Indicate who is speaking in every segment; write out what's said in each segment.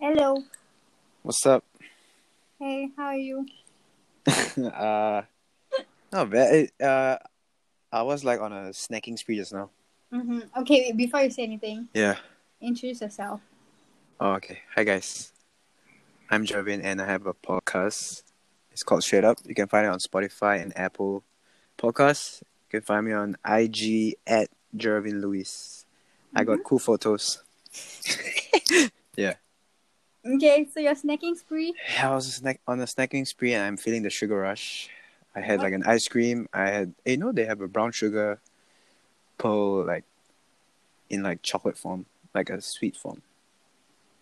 Speaker 1: Hello.
Speaker 2: What's up?
Speaker 1: Hey, how are you?
Speaker 2: uh, not bad. It, uh, I was like on a snacking spree just now.
Speaker 1: Mm-hmm. Okay, wait, before you say anything,
Speaker 2: Yeah.
Speaker 1: introduce yourself.
Speaker 2: Oh, okay. Hi guys. I'm Jervin and I have a podcast. It's called Straight Up. You can find it on Spotify and Apple Podcasts. You can find me on IG at Jervin Lewis. I got cool photos.
Speaker 1: Okay, so your snacking spree.
Speaker 2: I was snack- on a snacking spree and I'm feeling the sugar rush. I had like an ice cream. I had, you know, they have a brown sugar pearl like in like chocolate form, like a sweet form.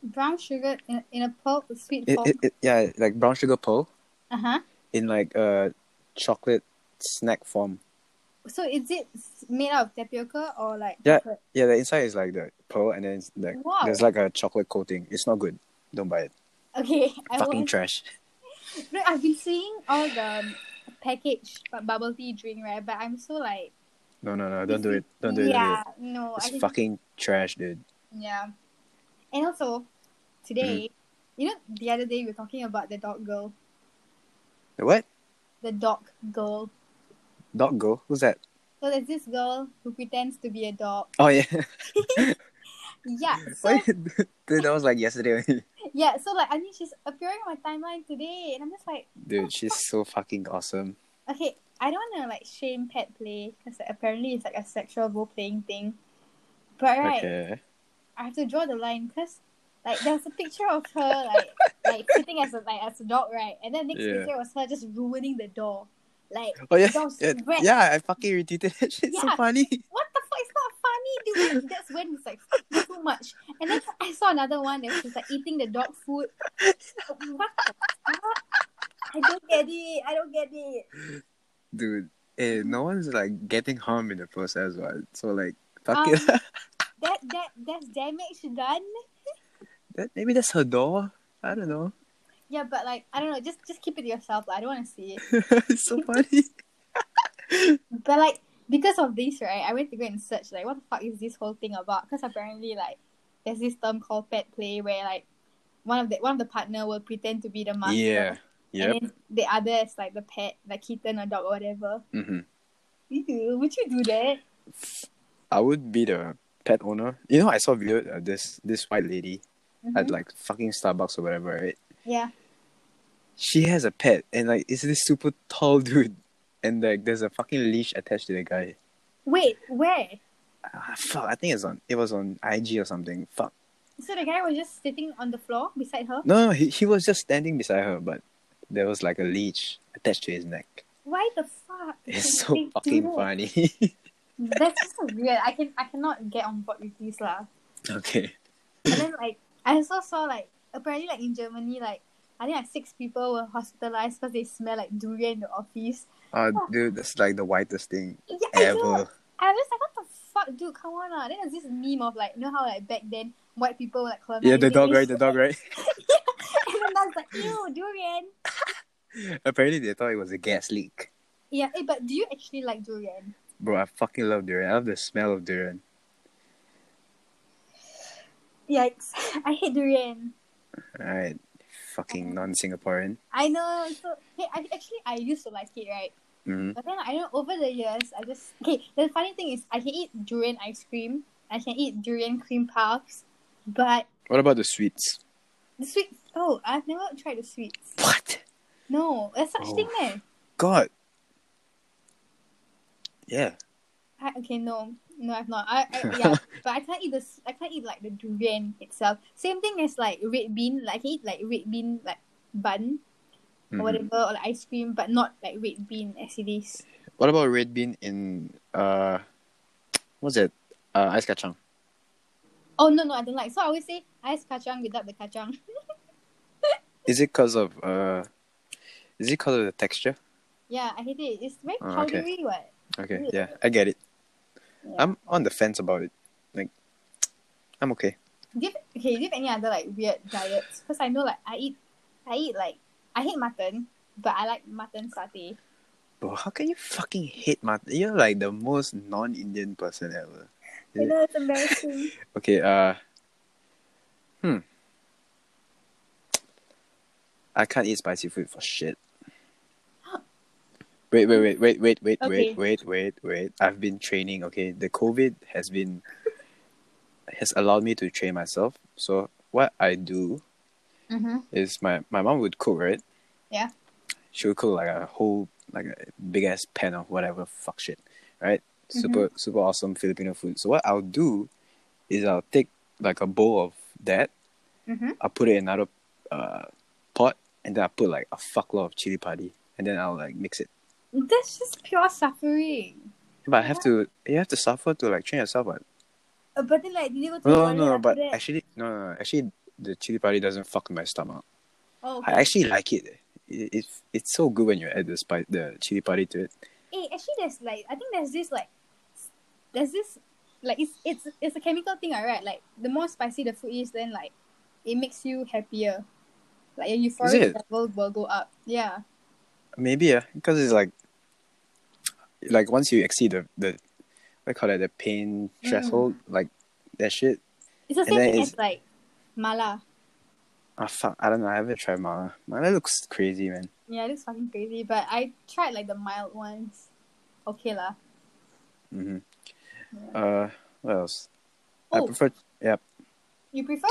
Speaker 1: Brown sugar in, in a pulp, a sweet
Speaker 2: It,
Speaker 1: pulp.
Speaker 2: it, it, yeah, like brown sugar pearl
Speaker 1: Uh huh.
Speaker 2: in like a chocolate snack form.
Speaker 1: So is it s- made out of tapioca or like
Speaker 2: Yeah.
Speaker 1: chocolate?
Speaker 2: Yeah, the inside is like the pearl and then it's like,
Speaker 1: Wow.
Speaker 2: there's like a chocolate coating. It's not good. Don't buy it.
Speaker 1: Okay, I
Speaker 2: Fucking
Speaker 1: was,
Speaker 2: trash.
Speaker 1: no, I've been seeing all the um, packaged bu- bubble tea drink right, but I'm so like
Speaker 2: No, no, no. Don't do it. Don't do it. Don't do
Speaker 1: yeah,
Speaker 2: it.
Speaker 1: no, I
Speaker 2: It's
Speaker 1: just,
Speaker 2: fucking trash, dude.
Speaker 1: yeah. And also, today,
Speaker 2: Mm-hmm.
Speaker 1: you know, the other day we were talking about the dog girl,
Speaker 2: What?
Speaker 1: the dog girl.
Speaker 2: Dog go? Who's that?
Speaker 1: So there's this girl who pretends to be a dog.
Speaker 2: Oh, yeah.
Speaker 1: Yeah, so
Speaker 2: Wait, dude, that was like yesterday. only.
Speaker 1: yeah, so like I mean she's appearing on my timeline today, and I'm just like,
Speaker 2: Dude, she's so fucking awesome.
Speaker 1: okay, I don't wanna like shame pet play because like, apparently it's like a sexual role playing thing, but right,
Speaker 2: Okay.
Speaker 1: I have to draw the line because like there's a picture of her like like sitting as a like as a dog, right, and then next
Speaker 2: Yeah.
Speaker 1: picture was her just ruining the door, like
Speaker 2: Oh yeah,
Speaker 1: Those
Speaker 2: yeah,
Speaker 1: rats.
Speaker 2: yeah, I fucking retweeted that shit. So
Speaker 1: Yeah.
Speaker 2: funny.
Speaker 1: what the fuck? It's not funny, dude. That's when it's like fuck, too much. And then I saw another one that was like eating the dog food. What the fuck? I don't get it. I don't get it.
Speaker 2: Dude, eh, no one's like getting harmed in the process, right? So like, fuck
Speaker 1: Um,
Speaker 2: it.
Speaker 1: That that that's damage done.
Speaker 2: that, maybe that's her door. I don't know.
Speaker 1: Yeah, but like I don't know. Just just keep it to yourself. lah. I don't want to see it.
Speaker 2: it's so funny.
Speaker 1: But like because of this, right? I went to go and search like what the fuck is this whole thing about? Because apparently like there's this term called pet play where like one of the one of the partner will pretend to be the master.
Speaker 2: Yeah. Yep.
Speaker 1: And then the other is like the pet, like kitten or dog or whatever.
Speaker 2: hmm
Speaker 1: Ew, would you do that?
Speaker 2: I would be the pet owner. You know, I saw a video of this this white lady at
Speaker 1: Mhm.
Speaker 2: like fucking Starbucks or whatever, right?
Speaker 1: Yeah.
Speaker 2: she has a pet and like it's this super tall dude and like there's a fucking leash attached to the guy
Speaker 1: Wait, where?
Speaker 2: ah, fuck i think it's on it was on ig or something fuck
Speaker 1: So the guy was just sitting on the floor beside her.
Speaker 2: no, no he, he was just standing beside her but there was like a leash attached to his neck
Speaker 1: Why the fuck?
Speaker 2: it's
Speaker 1: would
Speaker 2: so
Speaker 1: they do
Speaker 2: fucking
Speaker 1: that?
Speaker 2: funny
Speaker 1: That's just so weird. I can I cannot get on board with this lah.
Speaker 2: okay
Speaker 1: And then like I also saw like apparently like in Germany like I think like six people were hospitalized because they smell like durian in the office.
Speaker 2: oh dude that's like the whitest thing
Speaker 1: Yeah, I know.
Speaker 2: ever
Speaker 1: I was just like, what the fuck, dude? Come on, lah. Then there's this meme of like, you know how like back then white people were like colonizing.
Speaker 2: yeah the dog right the dog right
Speaker 1: and then I was like, ew, durian.
Speaker 2: apparently they thought it was a gas leak
Speaker 1: Yeah, eh, but do you actually like durian?
Speaker 2: bro i fucking love durian i love the smell of durian
Speaker 1: Yikes! I hate durian.
Speaker 2: all right fucking non-singaporean
Speaker 1: I know. So hey, I, actually I used to like it, right?
Speaker 2: mm-hmm.
Speaker 1: But then I know over the years I just okay. The funny thing is I can eat durian ice cream. I can eat durian cream puffs, but
Speaker 2: what about the sweets
Speaker 1: the sweets. Oh, I've never tried the sweets.
Speaker 2: what
Speaker 1: No, there's such
Speaker 2: Oh.
Speaker 1: thing there.
Speaker 2: God. Yeah.
Speaker 1: I, okay, no, no, I've not. I, I yeah, but I can't eat this. I can't eat like the durian itself. Same thing as like red bean. Like I can eat like red bean like bun or
Speaker 2: Mhm.
Speaker 1: whatever or like ice cream, but not like red bean as it is.
Speaker 2: What about red bean in uh, what's it? Uh, ice kacang.
Speaker 1: Oh no, no, I don't like. So I always say ice kacang without the kacang.
Speaker 2: Is it cause of uh, is it cause of the texture?
Speaker 1: yeah, I hate it. It's very
Speaker 2: Oh, okay.
Speaker 1: powdery. What?
Speaker 2: Okay.
Speaker 1: Yeah.
Speaker 2: Yeah, I get it.
Speaker 1: Yeah.
Speaker 2: I'm on the fence about it. Like, I'm okay.
Speaker 1: Do you, okay, do you have any other like weird diets? Because I know like I eat, I eat like I hate mutton, but I like mutton satay.
Speaker 2: Bro, how can you fucking hate mutton? You're like the most non-Indian person ever. uh,
Speaker 1: I know it's embarrassing.
Speaker 2: Okay. Uh. Hmm. I can't eat spicy food for shit. Wait, wait, wait, wait, wait, wait,
Speaker 1: Okay.
Speaker 2: wait, wait, wait, wait. I've been training. Okay, the COVID has been has allowed me to train myself. So what I do
Speaker 1: Mm-hmm.
Speaker 2: is my my mom would cook, right?
Speaker 1: Yeah.
Speaker 2: She would cook like a whole like a big ass pan of whatever fuck shit, right?
Speaker 1: Mm-hmm.
Speaker 2: Super super awesome Filipino food. So what I'll do is I'll take like a bowl of that.
Speaker 1: Mhm.
Speaker 2: I'll put it in another uh, pot, and then I put like a fuckload of chili padi, and then I'll like mix it.
Speaker 1: That's just pure suffering.
Speaker 2: But I have to you have to suffer to like train yourself. But
Speaker 1: Uh, but then like, did you go to the
Speaker 2: no no
Speaker 1: toilet
Speaker 2: no, no
Speaker 1: after
Speaker 2: but
Speaker 1: that?
Speaker 2: actually no, no no actually the chili padi doesn't fuck my stomach.
Speaker 1: oh, okay.
Speaker 2: I actually like it. It, it. It's so good when you add the spice, the chili padi to it.
Speaker 1: Eh, actually, there's like I think there's this like s- there's this like it's it's it's a chemical thing, right? Like the more spicy the food is, then like it makes you happier. Like your euphoric
Speaker 2: it?
Speaker 1: level will go up. Yeah.
Speaker 2: Maybe yeah, because it's like, like once you exceed the the, what do you call it, the pain
Speaker 1: Mm.
Speaker 2: threshold, like that shit.
Speaker 1: It's the
Speaker 2: And
Speaker 1: same
Speaker 2: then
Speaker 1: thing
Speaker 2: it's-
Speaker 1: as like mala.
Speaker 2: Ah fuck, I don't know. I haven't tried mala. Mala looks crazy, man.
Speaker 1: Yeah, it looks fucking crazy. But I tried like the mild ones. Okay lah.
Speaker 2: hmm Uh, what else? I
Speaker 1: Oh.
Speaker 2: prefer yeah
Speaker 1: You prefer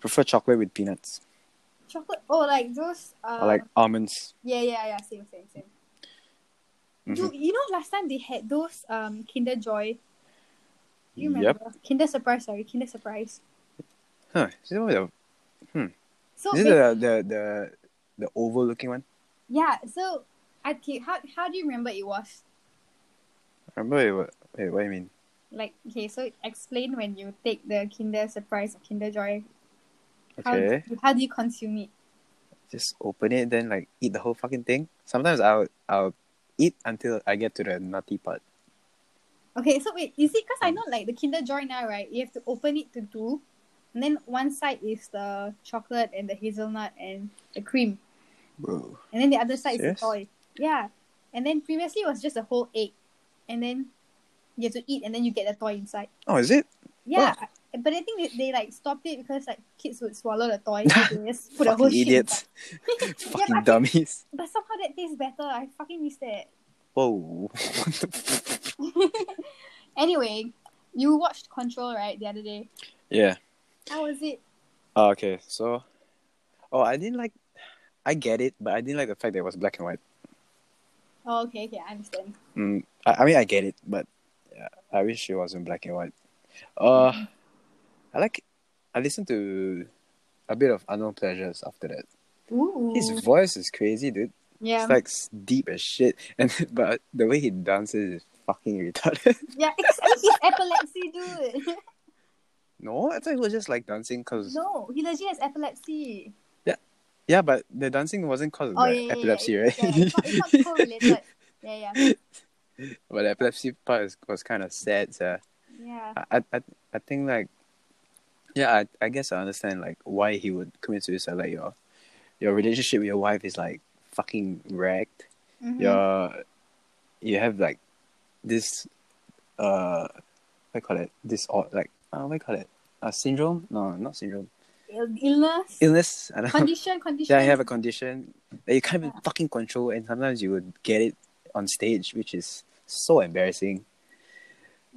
Speaker 2: prefer chocolate with peanuts
Speaker 1: chocolate? Oh, like those. Uh,
Speaker 2: or like almonds.
Speaker 1: yeah, yeah, yeah. Same, same, same.
Speaker 2: Mhm.
Speaker 1: Dude, you know last time they had those um Kinder Joy. You
Speaker 2: Yep.
Speaker 1: remember Kinder Surprise? Sorry, Kinder Surprise.
Speaker 2: Huh. Is it what the-
Speaker 1: So
Speaker 2: is it
Speaker 1: ba-
Speaker 2: the the the the oval looking one?
Speaker 1: yeah, so I okay, how how do you remember it was?
Speaker 2: I remember it. wa- Wait, what do you mean?
Speaker 1: Like okay, so explain when you take the Kinder Surprise or Kinder Joy, how
Speaker 2: Okay.
Speaker 1: how do you consume it?
Speaker 2: just open it, then like eat the whole fucking thing. Sometimes I'll I'll eat until I get to the nutty part.
Speaker 1: Okay, so wait, is it because I know like the Kinder Joy now, right? You have to open it to two, and then one side is the chocolate and the hazelnut and the cream,
Speaker 2: Bro.
Speaker 1: and then the other side is the toy.
Speaker 2: Serious?
Speaker 1: Yeah, and then previously it was just a whole egg, and then you have to eat, and then you get the toy inside.
Speaker 2: Oh, is it?
Speaker 1: Yeah, but I think they, they like stopped it because like kids would swallow the toy. so they just put a whole
Speaker 2: fucking
Speaker 1: shit
Speaker 2: idiots.
Speaker 1: inside.
Speaker 2: fucking
Speaker 1: yeah, but,
Speaker 2: dummies.
Speaker 1: but somehow that tastes better. I fucking miss that.
Speaker 2: Whoa. What the f-
Speaker 1: Anyway, you watched Control right the other day.
Speaker 2: yeah.
Speaker 1: How was it?
Speaker 2: Oh, okay. So, oh, I didn't like. I get it, but I didn't like the fact that it was black and white.
Speaker 1: Oh, okay, okay, I understand.
Speaker 2: Mm, I, I mean, I get it, but yeah, I wish it wasn't black and white. Uh, I like. I listened to a bit of Unknown Pleasures after that.
Speaker 1: Ooh.
Speaker 2: His voice is crazy, dude.
Speaker 1: yeah,
Speaker 2: It's like s- deep as shit, and but the way he dances is fucking retarded.
Speaker 1: yeah. It's, it's epilepsy, dude.
Speaker 2: no, I thought he was just like dancing because
Speaker 1: no, he legit has epilepsy.
Speaker 2: yeah, but the dancing wasn't because of
Speaker 1: Oh
Speaker 2: the
Speaker 1: yeah, yeah,
Speaker 2: epilepsy,
Speaker 1: yeah,
Speaker 2: right?
Speaker 1: Yeah, it's not, it's not correlated. Yeah, yeah,
Speaker 2: but the epilepsy part is, was kind of sad. So
Speaker 1: yeah.
Speaker 2: I, I- I, I think like, yeah, I, I guess I understand like why he would commit suicide. Like your, your relationship with your wife is like fucking wrecked.
Speaker 1: Mhm.
Speaker 2: Your, you have like, this, uh, what do you call it? This or like, uh, what do you call it? A syndrome? No, not syndrome.
Speaker 1: Mm-hmm. Ill- illness,
Speaker 2: illness. I don't know.
Speaker 1: condition, condition.
Speaker 2: Yeah, I have a condition that you can't even fucking control, and sometimes you would get it on stage, which is so embarrassing.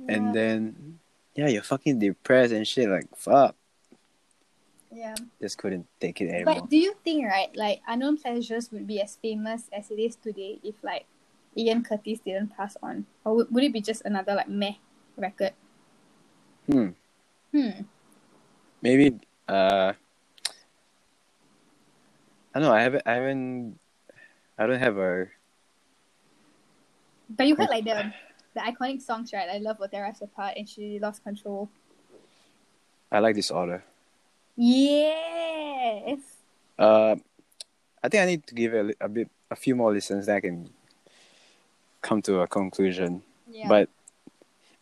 Speaker 1: Yeah.
Speaker 2: And then, yeah, you're fucking depressed and shit. Like, fuck,
Speaker 1: Yeah.
Speaker 2: just couldn't take it anymore.
Speaker 1: But do you think, right, like Unknown Pleasures would be as famous as it is today if like Ian Curtis didn't pass on? Or would, would it be just another like meh record?
Speaker 2: hmm.
Speaker 1: Hmm.
Speaker 2: Maybe. Uh, I don't know. I haven't. I haven't. I don't have a.
Speaker 1: But you heard like the the iconic songs, right? I love Otera's apart and she lost control.
Speaker 2: I like disorder.
Speaker 1: Yes.
Speaker 2: Uh, I think I need to give it a, li- a bit, a few more listens, then I can come to a conclusion.
Speaker 1: Yeah.
Speaker 2: But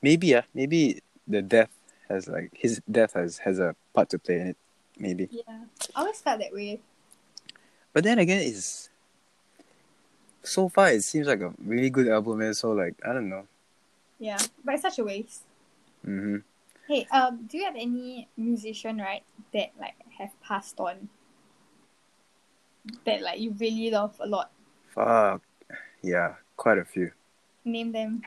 Speaker 2: maybe yeah, maybe the death has like his death has has a part to play in it. Maybe.
Speaker 1: yeah. I always felt that way.
Speaker 2: But then again it's so far it seems like a really good album and so like I don't know.
Speaker 1: Yeah. But it's such a waste.
Speaker 2: hmm
Speaker 1: Hey, um, do you have any musician, right, that like have passed on? that like you really love a lot?
Speaker 2: Fuck. Yeah, quite a few.
Speaker 1: Name them.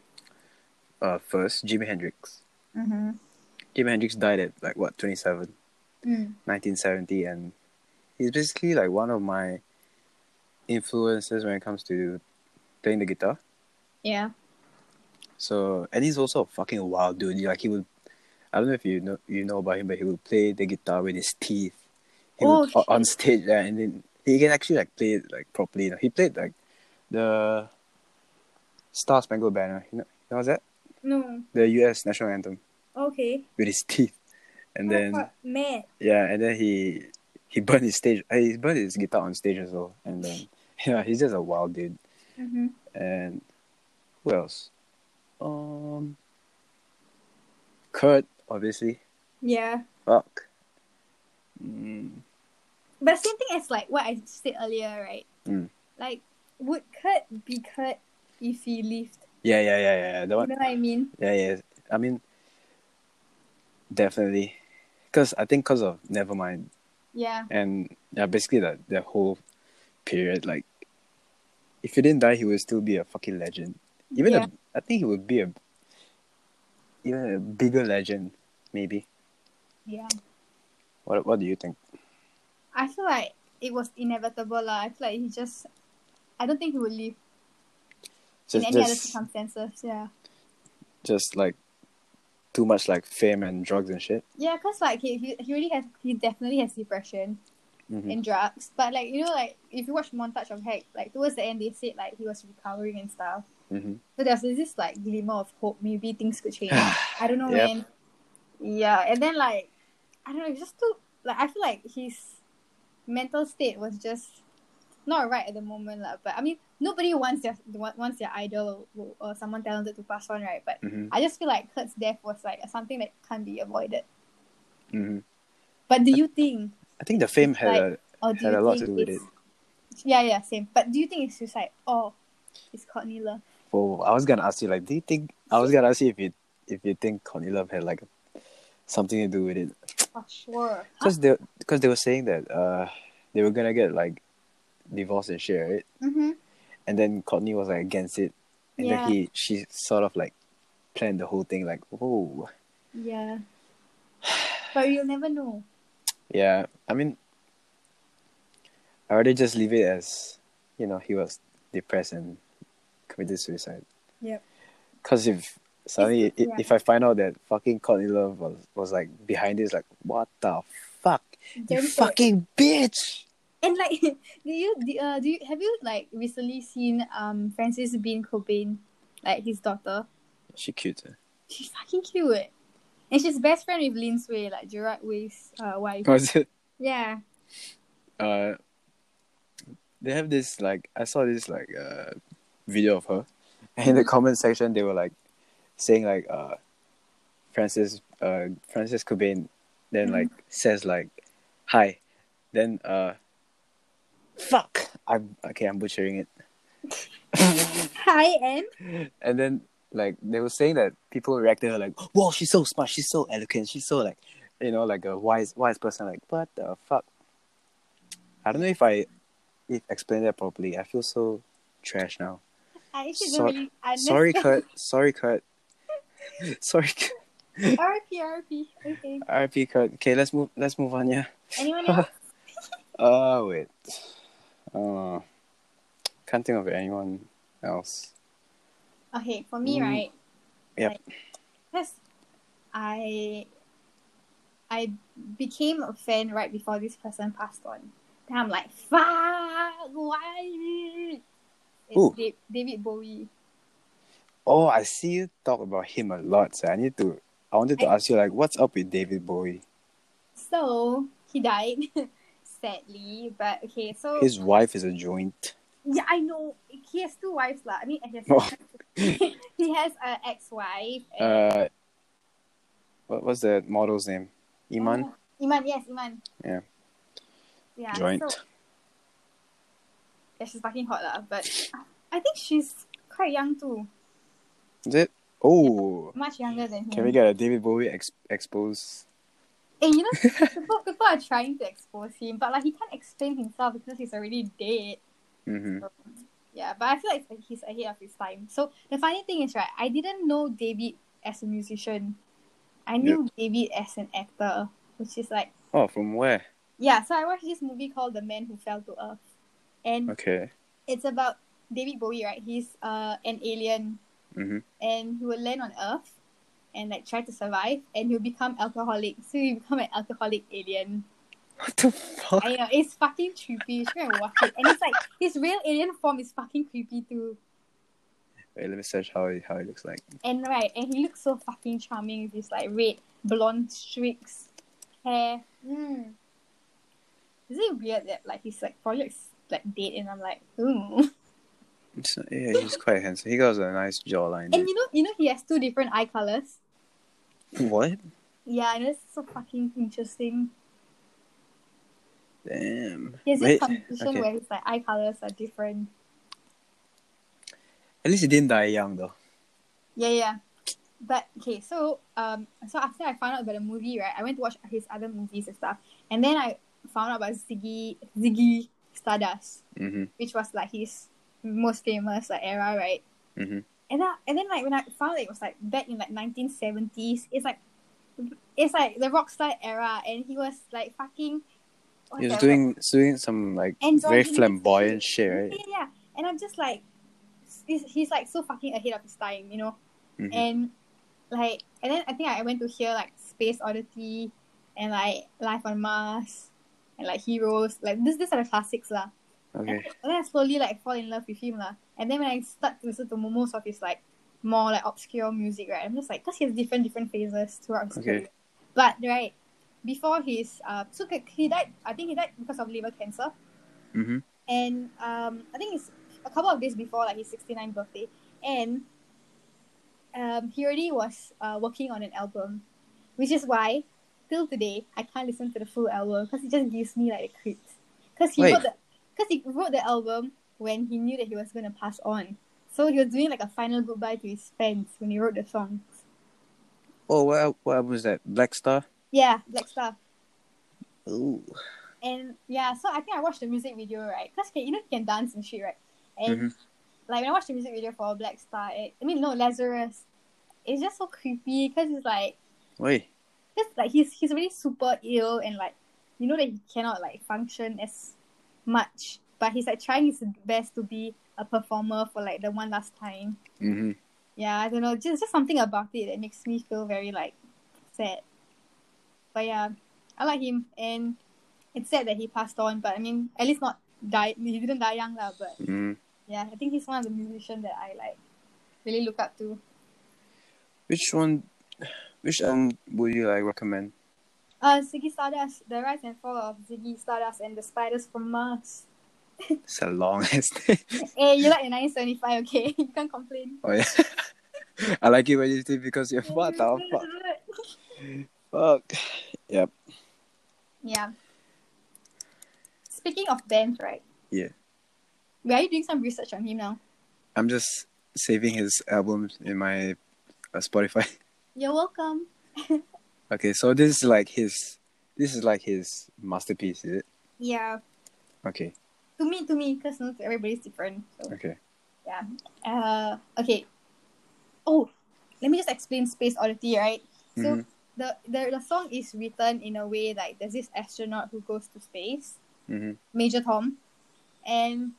Speaker 2: Uh, first, Jimi Hendrix.
Speaker 1: Mm-hmm.
Speaker 2: Jimi Hendrix died at like what 27,
Speaker 1: Mm,
Speaker 2: 1970, and he's basically like one of my influences when it comes to playing the guitar.
Speaker 1: Yeah.
Speaker 2: So, and he's also a fucking wild dude. Like he would, I don't know if you know you know about him, but he would play the guitar with his teeth. He
Speaker 1: Oh,
Speaker 2: would o-
Speaker 1: shit.
Speaker 2: on stage, yeah, and then he can actually like play it like properly. You know? He played like the Star Spangled Banner. You know, what was that?
Speaker 1: No.
Speaker 2: The U.S. national anthem
Speaker 1: Okay.
Speaker 2: with his teeth, and
Speaker 1: Oh,
Speaker 2: then
Speaker 1: mad.
Speaker 2: yeah, and then he he burned his stage. uh, He burned his guitar on stage as well, and then yeah, he's just a wild dude.
Speaker 1: Mm-hmm.
Speaker 2: And who else? Um, Kurt, obviously.
Speaker 1: Yeah.
Speaker 2: Fuck. Mm,
Speaker 1: But same thing as like what I said earlier, right?
Speaker 2: Mm.
Speaker 1: Like, would Kurt be Kurt if he lived?
Speaker 2: yeah, yeah, yeah, yeah. yeah, The
Speaker 1: You
Speaker 2: one.
Speaker 1: know what I mean?
Speaker 2: Yeah, yeah. I mean, definitely, because I think because of Nevermind
Speaker 1: Yeah.
Speaker 2: and yeah, basically that that whole period, like, if he didn't die, he would still be a fucking legend. Even
Speaker 1: yeah.
Speaker 2: a, I think he would be a even a bigger legend, maybe.
Speaker 1: yeah.
Speaker 2: What What do you think?
Speaker 1: I feel like it was inevitable, lah. I feel like he just. I don't think he would live in any other circumstances. Yeah.
Speaker 2: just like too much like fame and drugs and shit.
Speaker 1: Yeah, cause like he he he really has he definitely has depression
Speaker 2: Mhm.
Speaker 1: and drugs, but like you know like if you watch montage of Heck, like towards the end they said like he was recovering and stuff.
Speaker 2: Mhm.
Speaker 1: So there's this like glimmer of hope. Maybe things could change. I don't know
Speaker 2: Yep.
Speaker 1: when. Yeah, and then like I don't know. It's just too like I feel like his mental state was just not right at the moment, lah. But I mean, nobody wants their wa- wants their idol or, or someone talented to pass on, right? But
Speaker 2: Mhm.
Speaker 1: I just feel like Kurt's death was like something that can't be avoided.
Speaker 2: Mhm.
Speaker 1: But do you think,
Speaker 2: I think the fame had a,
Speaker 1: or do
Speaker 2: had
Speaker 1: you
Speaker 2: a lot
Speaker 1: think
Speaker 2: to do with
Speaker 1: it's-
Speaker 2: it.
Speaker 1: Yeah, yeah, same. But do you think it's suicide or it's Courtney Love?
Speaker 2: Oh, I was gonna ask you like, do you think I was gonna ask you if you if you think Connie Love had like something to do with it?
Speaker 1: For sure.
Speaker 2: Because they because they were saying that uh they were gonna get like divorced and shit, right?
Speaker 1: Mm-hmm.
Speaker 2: And then Courtney was like against it, and
Speaker 1: Yeah.
Speaker 2: then he she sort of like planned the whole thing like, oh
Speaker 1: Yeah. But you'll never know.
Speaker 2: yeah. I mean, I rather just leave it as you know he was depressed and committed suicide.
Speaker 1: Yep.
Speaker 2: Because if suddenly,
Speaker 1: It's-
Speaker 2: i
Speaker 1: yeah.
Speaker 2: if I find out that fucking Courtney Love was, was like behind this, like, what the fuck? You
Speaker 1: Damn sad.
Speaker 2: fucking bitch!
Speaker 1: And like, do you do, uh, do you have you like recently seen um Francis Bean Cobain, like his daughter?
Speaker 2: She cute. eh?
Speaker 1: She's fucking cute, and she's best friend with Lin Sui, like Gerard Way's uh wife.
Speaker 2: Was it?
Speaker 1: Yeah,
Speaker 2: Uh, they have this, like, I saw this, like, uh, video of her. And in the comment section, they were like saying, like, uh, Francis, uh, Francis Cobain then,
Speaker 1: Mhm.
Speaker 2: like, says, like, hi. Then, uh, fuck! I'm okay, I'm butchering it.
Speaker 1: hi and
Speaker 2: And then like they were saying that people reacted her like, "Whoa, she's so smart, she's so eloquent, she's so like, you know, like a wise wise person." Like, what the fuck? I don't know if I if explained that properly. I feel so trash now.
Speaker 1: I actually
Speaker 2: Sor-
Speaker 1: don't really uh, understand.
Speaker 2: Sorry, Kurt. Sorry, Kurt. Sorry, Kurt.
Speaker 1: RP RP. Okay.
Speaker 2: R.I.P. Kurt. Okay, let's move. Let's move on. Yeah.
Speaker 1: Anyone else?
Speaker 2: Uh, wait. Uh, can't think of anyone else.
Speaker 1: Okay, for me,
Speaker 2: Mm.
Speaker 1: right?
Speaker 2: Yep.
Speaker 1: Like, yes, I I became a fan right before this person passed on. Then I'm like, fuck, why? It's
Speaker 2: Who?
Speaker 1: Da- David Bowie.
Speaker 2: Oh, I see you talk about him a lot. So I need to. I wanted to
Speaker 1: I-
Speaker 2: ask you like, what's up with David Bowie?
Speaker 1: So he died, sadly. But okay, so
Speaker 2: His wife is a joint.
Speaker 1: yeah, I know he has two wives, lah. I mean, he has,
Speaker 2: Oh.
Speaker 1: he has an ex-wife. and-
Speaker 2: Uh, what was the model's name? Iman
Speaker 1: Iman, yes, Iman.
Speaker 2: Yeah.
Speaker 1: Oh, Yeah.
Speaker 2: joint.
Speaker 1: so- Yeah, she's fucking hot lah. But I think she's quite young too.
Speaker 2: Is it? Oh,
Speaker 1: Much younger than him.
Speaker 2: can we get a David Bowie ex- expose?
Speaker 1: And you know, people, people are trying to expose him, but like he can't explain himself because he's already dead.
Speaker 2: Mm-hmm.
Speaker 1: So, yeah, but I feel like he's ahead of his time. So the funny thing is, right? I didn't know David as a musician. I knew David as an actor, which is like
Speaker 2: Oh, from where?
Speaker 1: yeah. So I watched this movie called The Man Who Fell to Earth, and
Speaker 2: Okay.
Speaker 1: it's about David Bowie, right? He's uh an alien,
Speaker 2: Mhm.
Speaker 1: and he will land on Earth, and like try to survive, and he'll become alcoholic. So he become an alcoholic alien.
Speaker 2: What the fuck?
Speaker 1: I know it's fucking creepy. You should go and watch it. And it's like his real alien form is fucking creepy too.
Speaker 2: Wait, let me search how he, how he looks like.
Speaker 1: And right, and he looks so fucking charming with his like red blonde streaks, hair. Hmm. Is it weird that like he's like probably like, s- like dead, and I'm like, ooh.
Speaker 2: It's, yeah, he's quite handsome. He got a nice jawline.
Speaker 1: And you know, you know, he has two different eye colors.
Speaker 2: What?
Speaker 1: Yeah, I know it's so fucking interesting.
Speaker 2: Damn.
Speaker 1: He has this
Speaker 2: Wait,
Speaker 1: competition
Speaker 2: okay.
Speaker 1: where his like eye colors are different.
Speaker 2: At least he didn't die young though.
Speaker 1: Yeah, yeah. But okay, so um, so after I found out about the movie, right, I went to watch his other movies and stuff, and then I found out about Ziggy Ziggy Stardust,
Speaker 2: Mm-hmm.
Speaker 1: which was like his most famous like era, right?
Speaker 2: Mhm.
Speaker 1: And I, and then like when I found out it was like back in like nineteen seventies, it's like it's like the rock star era, and he was like fucking. what's
Speaker 2: He was
Speaker 1: that word?
Speaker 2: doing doing some like very
Speaker 1: Androgynous
Speaker 2: flamboyant
Speaker 1: shit.
Speaker 2: shit, right?
Speaker 1: Yeah, yeah. And I'm just like, he's, he's like so fucking ahead of his time, you know.
Speaker 2: Mhm.
Speaker 1: And like, and then I think I went to hear like Space Oddity, and like Life on Mars, and like Heroes. Like this, these are the classics lah.
Speaker 2: Okay.
Speaker 1: And then I slowly like fall in love with him lah. And then when I start to listen to mo- most of his like more like obscure music, right? I'm just like, cause he has different different phases throughout his
Speaker 2: Okay.
Speaker 1: career. But right before his uh, so c- he died. I think he died because of liver cancer
Speaker 2: Mm-hmm.
Speaker 1: and um, I think it's a couple of days before like his 69th birthday, and um, he already was uh, working on an album, which is why till today I can't listen to the full album because it just gives me like the creeps. Because he
Speaker 2: Wait.
Speaker 1: wrote the because he wrote the album when he knew that he was gonna pass on, so he was doing like a final goodbye to his fans when he wrote the songs.
Speaker 2: Oh, what al- what album was that? Black Star.
Speaker 1: Yeah, Black Star.
Speaker 2: Ooh.
Speaker 1: And yeah, so I think I watched the music video, right? Because you know he can dance and shit, right? And like when I watched the music video for Black Star, it, I mean no Lazarus, it's just so creepy because it's like
Speaker 2: Wait.
Speaker 1: just like he's he's really super ill and like you know that he cannot like function as much, but he's like trying his best to be a performer for like the one last time.
Speaker 2: Mm-hmm.
Speaker 1: Yeah, I don't know, just just something about it that makes me feel very like sad. But yeah, I like him, and it's sad that he passed on. But I mean, at least not died. He didn't die young lah, but
Speaker 2: Mm-hmm.
Speaker 1: yeah, I think he's one of the musicians that I like really look up to.
Speaker 2: Which one? Which album would you like recommend?
Speaker 1: Uh, Ziggy Stardust, The Rise and Fall of Ziggy Stardust and the Spiders from Mars.
Speaker 2: It's a long ass name.
Speaker 1: hey, you like the 975, okay? You can't complain.
Speaker 2: Oh yeah. I like it when you do because you're what the fuck? Fuck. Yep.
Speaker 1: Yeah. Speaking of bands, right?
Speaker 2: Yeah.
Speaker 1: Were you doing some research on him now?
Speaker 2: I'm just saving his albums in my uh, Spotify.
Speaker 1: You're welcome.
Speaker 2: Okay, so this is like his. This is like his masterpiece, is it?
Speaker 1: Yeah.
Speaker 2: Okay.
Speaker 1: To me, to me, because not everybody's different. So.
Speaker 2: Okay.
Speaker 1: Uh, okay. Oh, let me just explain Space Oddity, right? So
Speaker 2: Mhm.
Speaker 1: the, the the song is written in a way like there's this astronaut who goes to space,
Speaker 2: Mm-hmm.
Speaker 1: Major Tom, and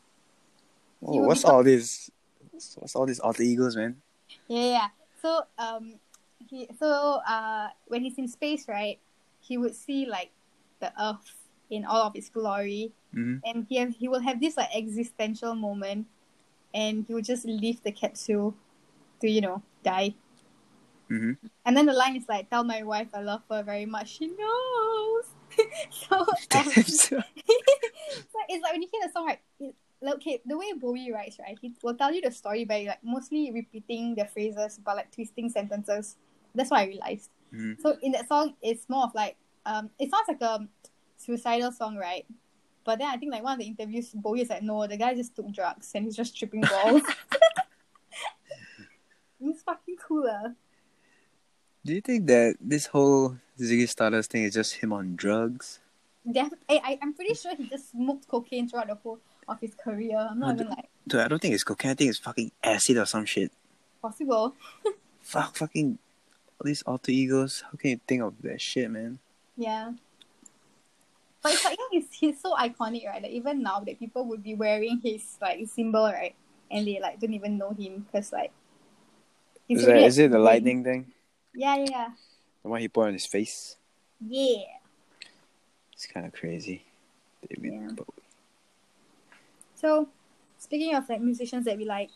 Speaker 2: Oh,
Speaker 1: You will
Speaker 2: what's
Speaker 1: become-
Speaker 2: all this? What's, what's all these alter egos, man?
Speaker 1: yeah, yeah. So um, he so uh when he's in space, right, he would see like the Earth in all of its glory,
Speaker 2: Mm-hmm.
Speaker 1: and he have, he will have this like existential moment, and he will just leave the capsule to you know die.
Speaker 2: Mm-hmm.
Speaker 1: And then the line is like, "Tell my wife I love her very much. She knows." so um, it's like it's like when you hear the song, right? It, like, okay, the way Bowie writes, right? He will tell you the story by like mostly repeating the phrases, but like twisting sentences. That's what I realized.
Speaker 2: Mhm.
Speaker 1: So in that song, it's more of like um, it sounds like a suicidal song, right? But then I think like one of the interviews, Bowie is like, "No, the guy just took drugs and he's just tripping balls." it's fucking cool, lah.
Speaker 2: Do you think that this whole Ziggy Stardust thing is just him on drugs.
Speaker 1: Def- eh, I, I'm pretty sure he just smoked cocaine throughout the whole of his career. I'm
Speaker 2: Oh,
Speaker 1: not even like
Speaker 2: Dude, I don't think it's cocaine. I think it's fucking acid or some shit.
Speaker 1: possible.
Speaker 2: Fuck, fucking all these alter egos. How can you think of that shit, man?
Speaker 1: Yeah. But it's like he's, he's so iconic, right? Like even now that people would be wearing his like symbol, right? And they like don't even know him because like he's
Speaker 2: Is, that,
Speaker 1: really
Speaker 2: is it the
Speaker 1: extreme.
Speaker 2: lightning thing?
Speaker 1: Yeah, yeah, yeah.
Speaker 2: The one he put on his face?
Speaker 1: Yeah.
Speaker 2: It's kind of crazy. David
Speaker 1: Yeah.
Speaker 2: Bowie.
Speaker 1: So speaking of like musicians that we like,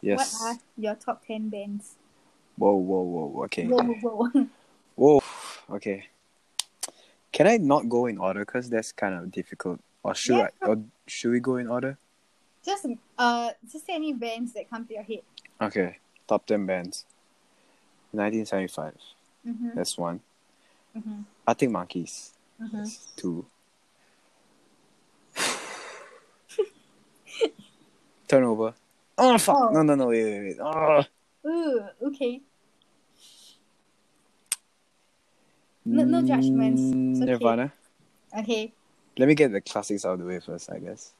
Speaker 2: Yes.
Speaker 1: what are your top ten bands?
Speaker 2: Whoa, whoa, whoa. Okay.
Speaker 1: Whoa, whoa, whoa.
Speaker 2: Whoa. Okay. Can I not go in order? Cause that's kind of difficult. Or should
Speaker 1: Yeah.
Speaker 2: I? Or should we go in order?
Speaker 1: just uh just say any bands that come to your head.
Speaker 2: Okay. Top ten bands. 1975.
Speaker 1: Mm-hmm.
Speaker 2: That's one. Uh,
Speaker 1: Mm-hmm.
Speaker 2: Arctic Monkeys.
Speaker 1: Mm-hmm.
Speaker 2: That's two. Turnover. Oh fuck!
Speaker 1: Oh.
Speaker 2: No, no, no! Wait, wait, wait! Oh.
Speaker 1: Ooh, okay. No- no judgments. It's okay.
Speaker 2: Nirvana.
Speaker 1: Okay.
Speaker 2: Let me get the classics out of the way first, I guess.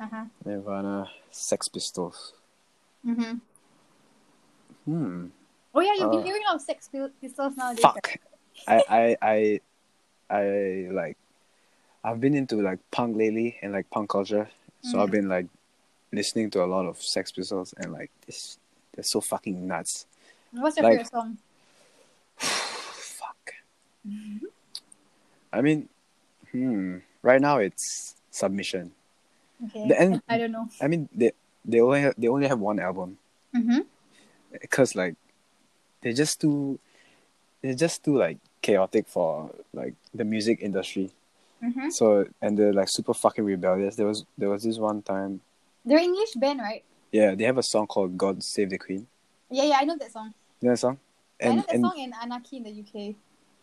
Speaker 1: Uh-huh.
Speaker 2: Nirvana, Sex Pistols.
Speaker 1: Mm-hmm.
Speaker 2: Hmm.
Speaker 1: Oh yeah, you've
Speaker 2: Uh,
Speaker 1: been hearing of sex Pil- pistols nowadays. right?
Speaker 2: Fuck. I, I, I, I like. I've been into like punk lately and like punk culture, so I've
Speaker 1: Mhm.
Speaker 2: been like listening to a lot of Sex Pistols and like this. They're so fucking nuts.
Speaker 1: What's your
Speaker 2: Like-
Speaker 1: favorite song?
Speaker 2: Fuck.
Speaker 1: Mm-hmm.
Speaker 2: I mean, hmm. Right now it's submission.
Speaker 1: Okay.
Speaker 2: The end- uh,
Speaker 1: I don't know.
Speaker 2: I mean, they they only have, they only have one album
Speaker 1: Mm-hmm.
Speaker 2: because like they're just too they're just too like chaotic for like the music industry.
Speaker 1: Mm-hmm.
Speaker 2: So and they're like super fucking rebellious. There was there was this one time.
Speaker 1: They're English band, right?
Speaker 2: Yeah, they have a song called "God Save the Queen."
Speaker 1: Yeah, yeah, I know that song.
Speaker 2: You know that song?
Speaker 1: I
Speaker 2: And
Speaker 1: know that
Speaker 2: and
Speaker 1: song and Anarchy in the UK.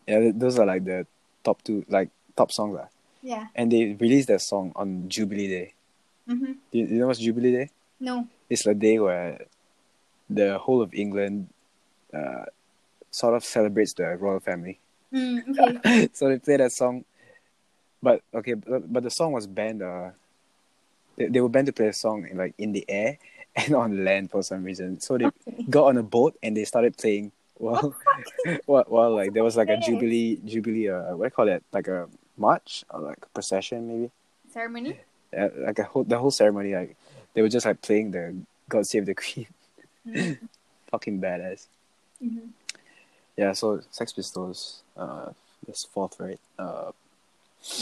Speaker 2: yeah, th- those are like the top two like top songs. lah.
Speaker 1: Yeah.
Speaker 2: And they released that song on Jubilee Day.
Speaker 1: Mm-hmm.
Speaker 2: You, you know what's Jubilee Day?
Speaker 1: No.
Speaker 2: It's the day where the whole of England uh, sort of celebrates the royal family.
Speaker 1: Mm, okay.
Speaker 2: so they play that song, but okay, but, but the song was banned. Uh, they, they were banned to play the song in, like in the air and on land for some reason. So they got on a boat and they started playing. Well, well, well, like there was like a
Speaker 1: Yes.
Speaker 2: jubilee, jubilee. Uh, what do you call that? Like a march or like a procession, maybe.
Speaker 1: Ceremony.
Speaker 2: Uh, like a whole, the whole ceremony. Like they were just like playing the "God Save the Queen."
Speaker 1: Mm-hmm.
Speaker 2: Fucking badass. Yeah, so Sex Pistols, uh, that's fourth, right? Uh,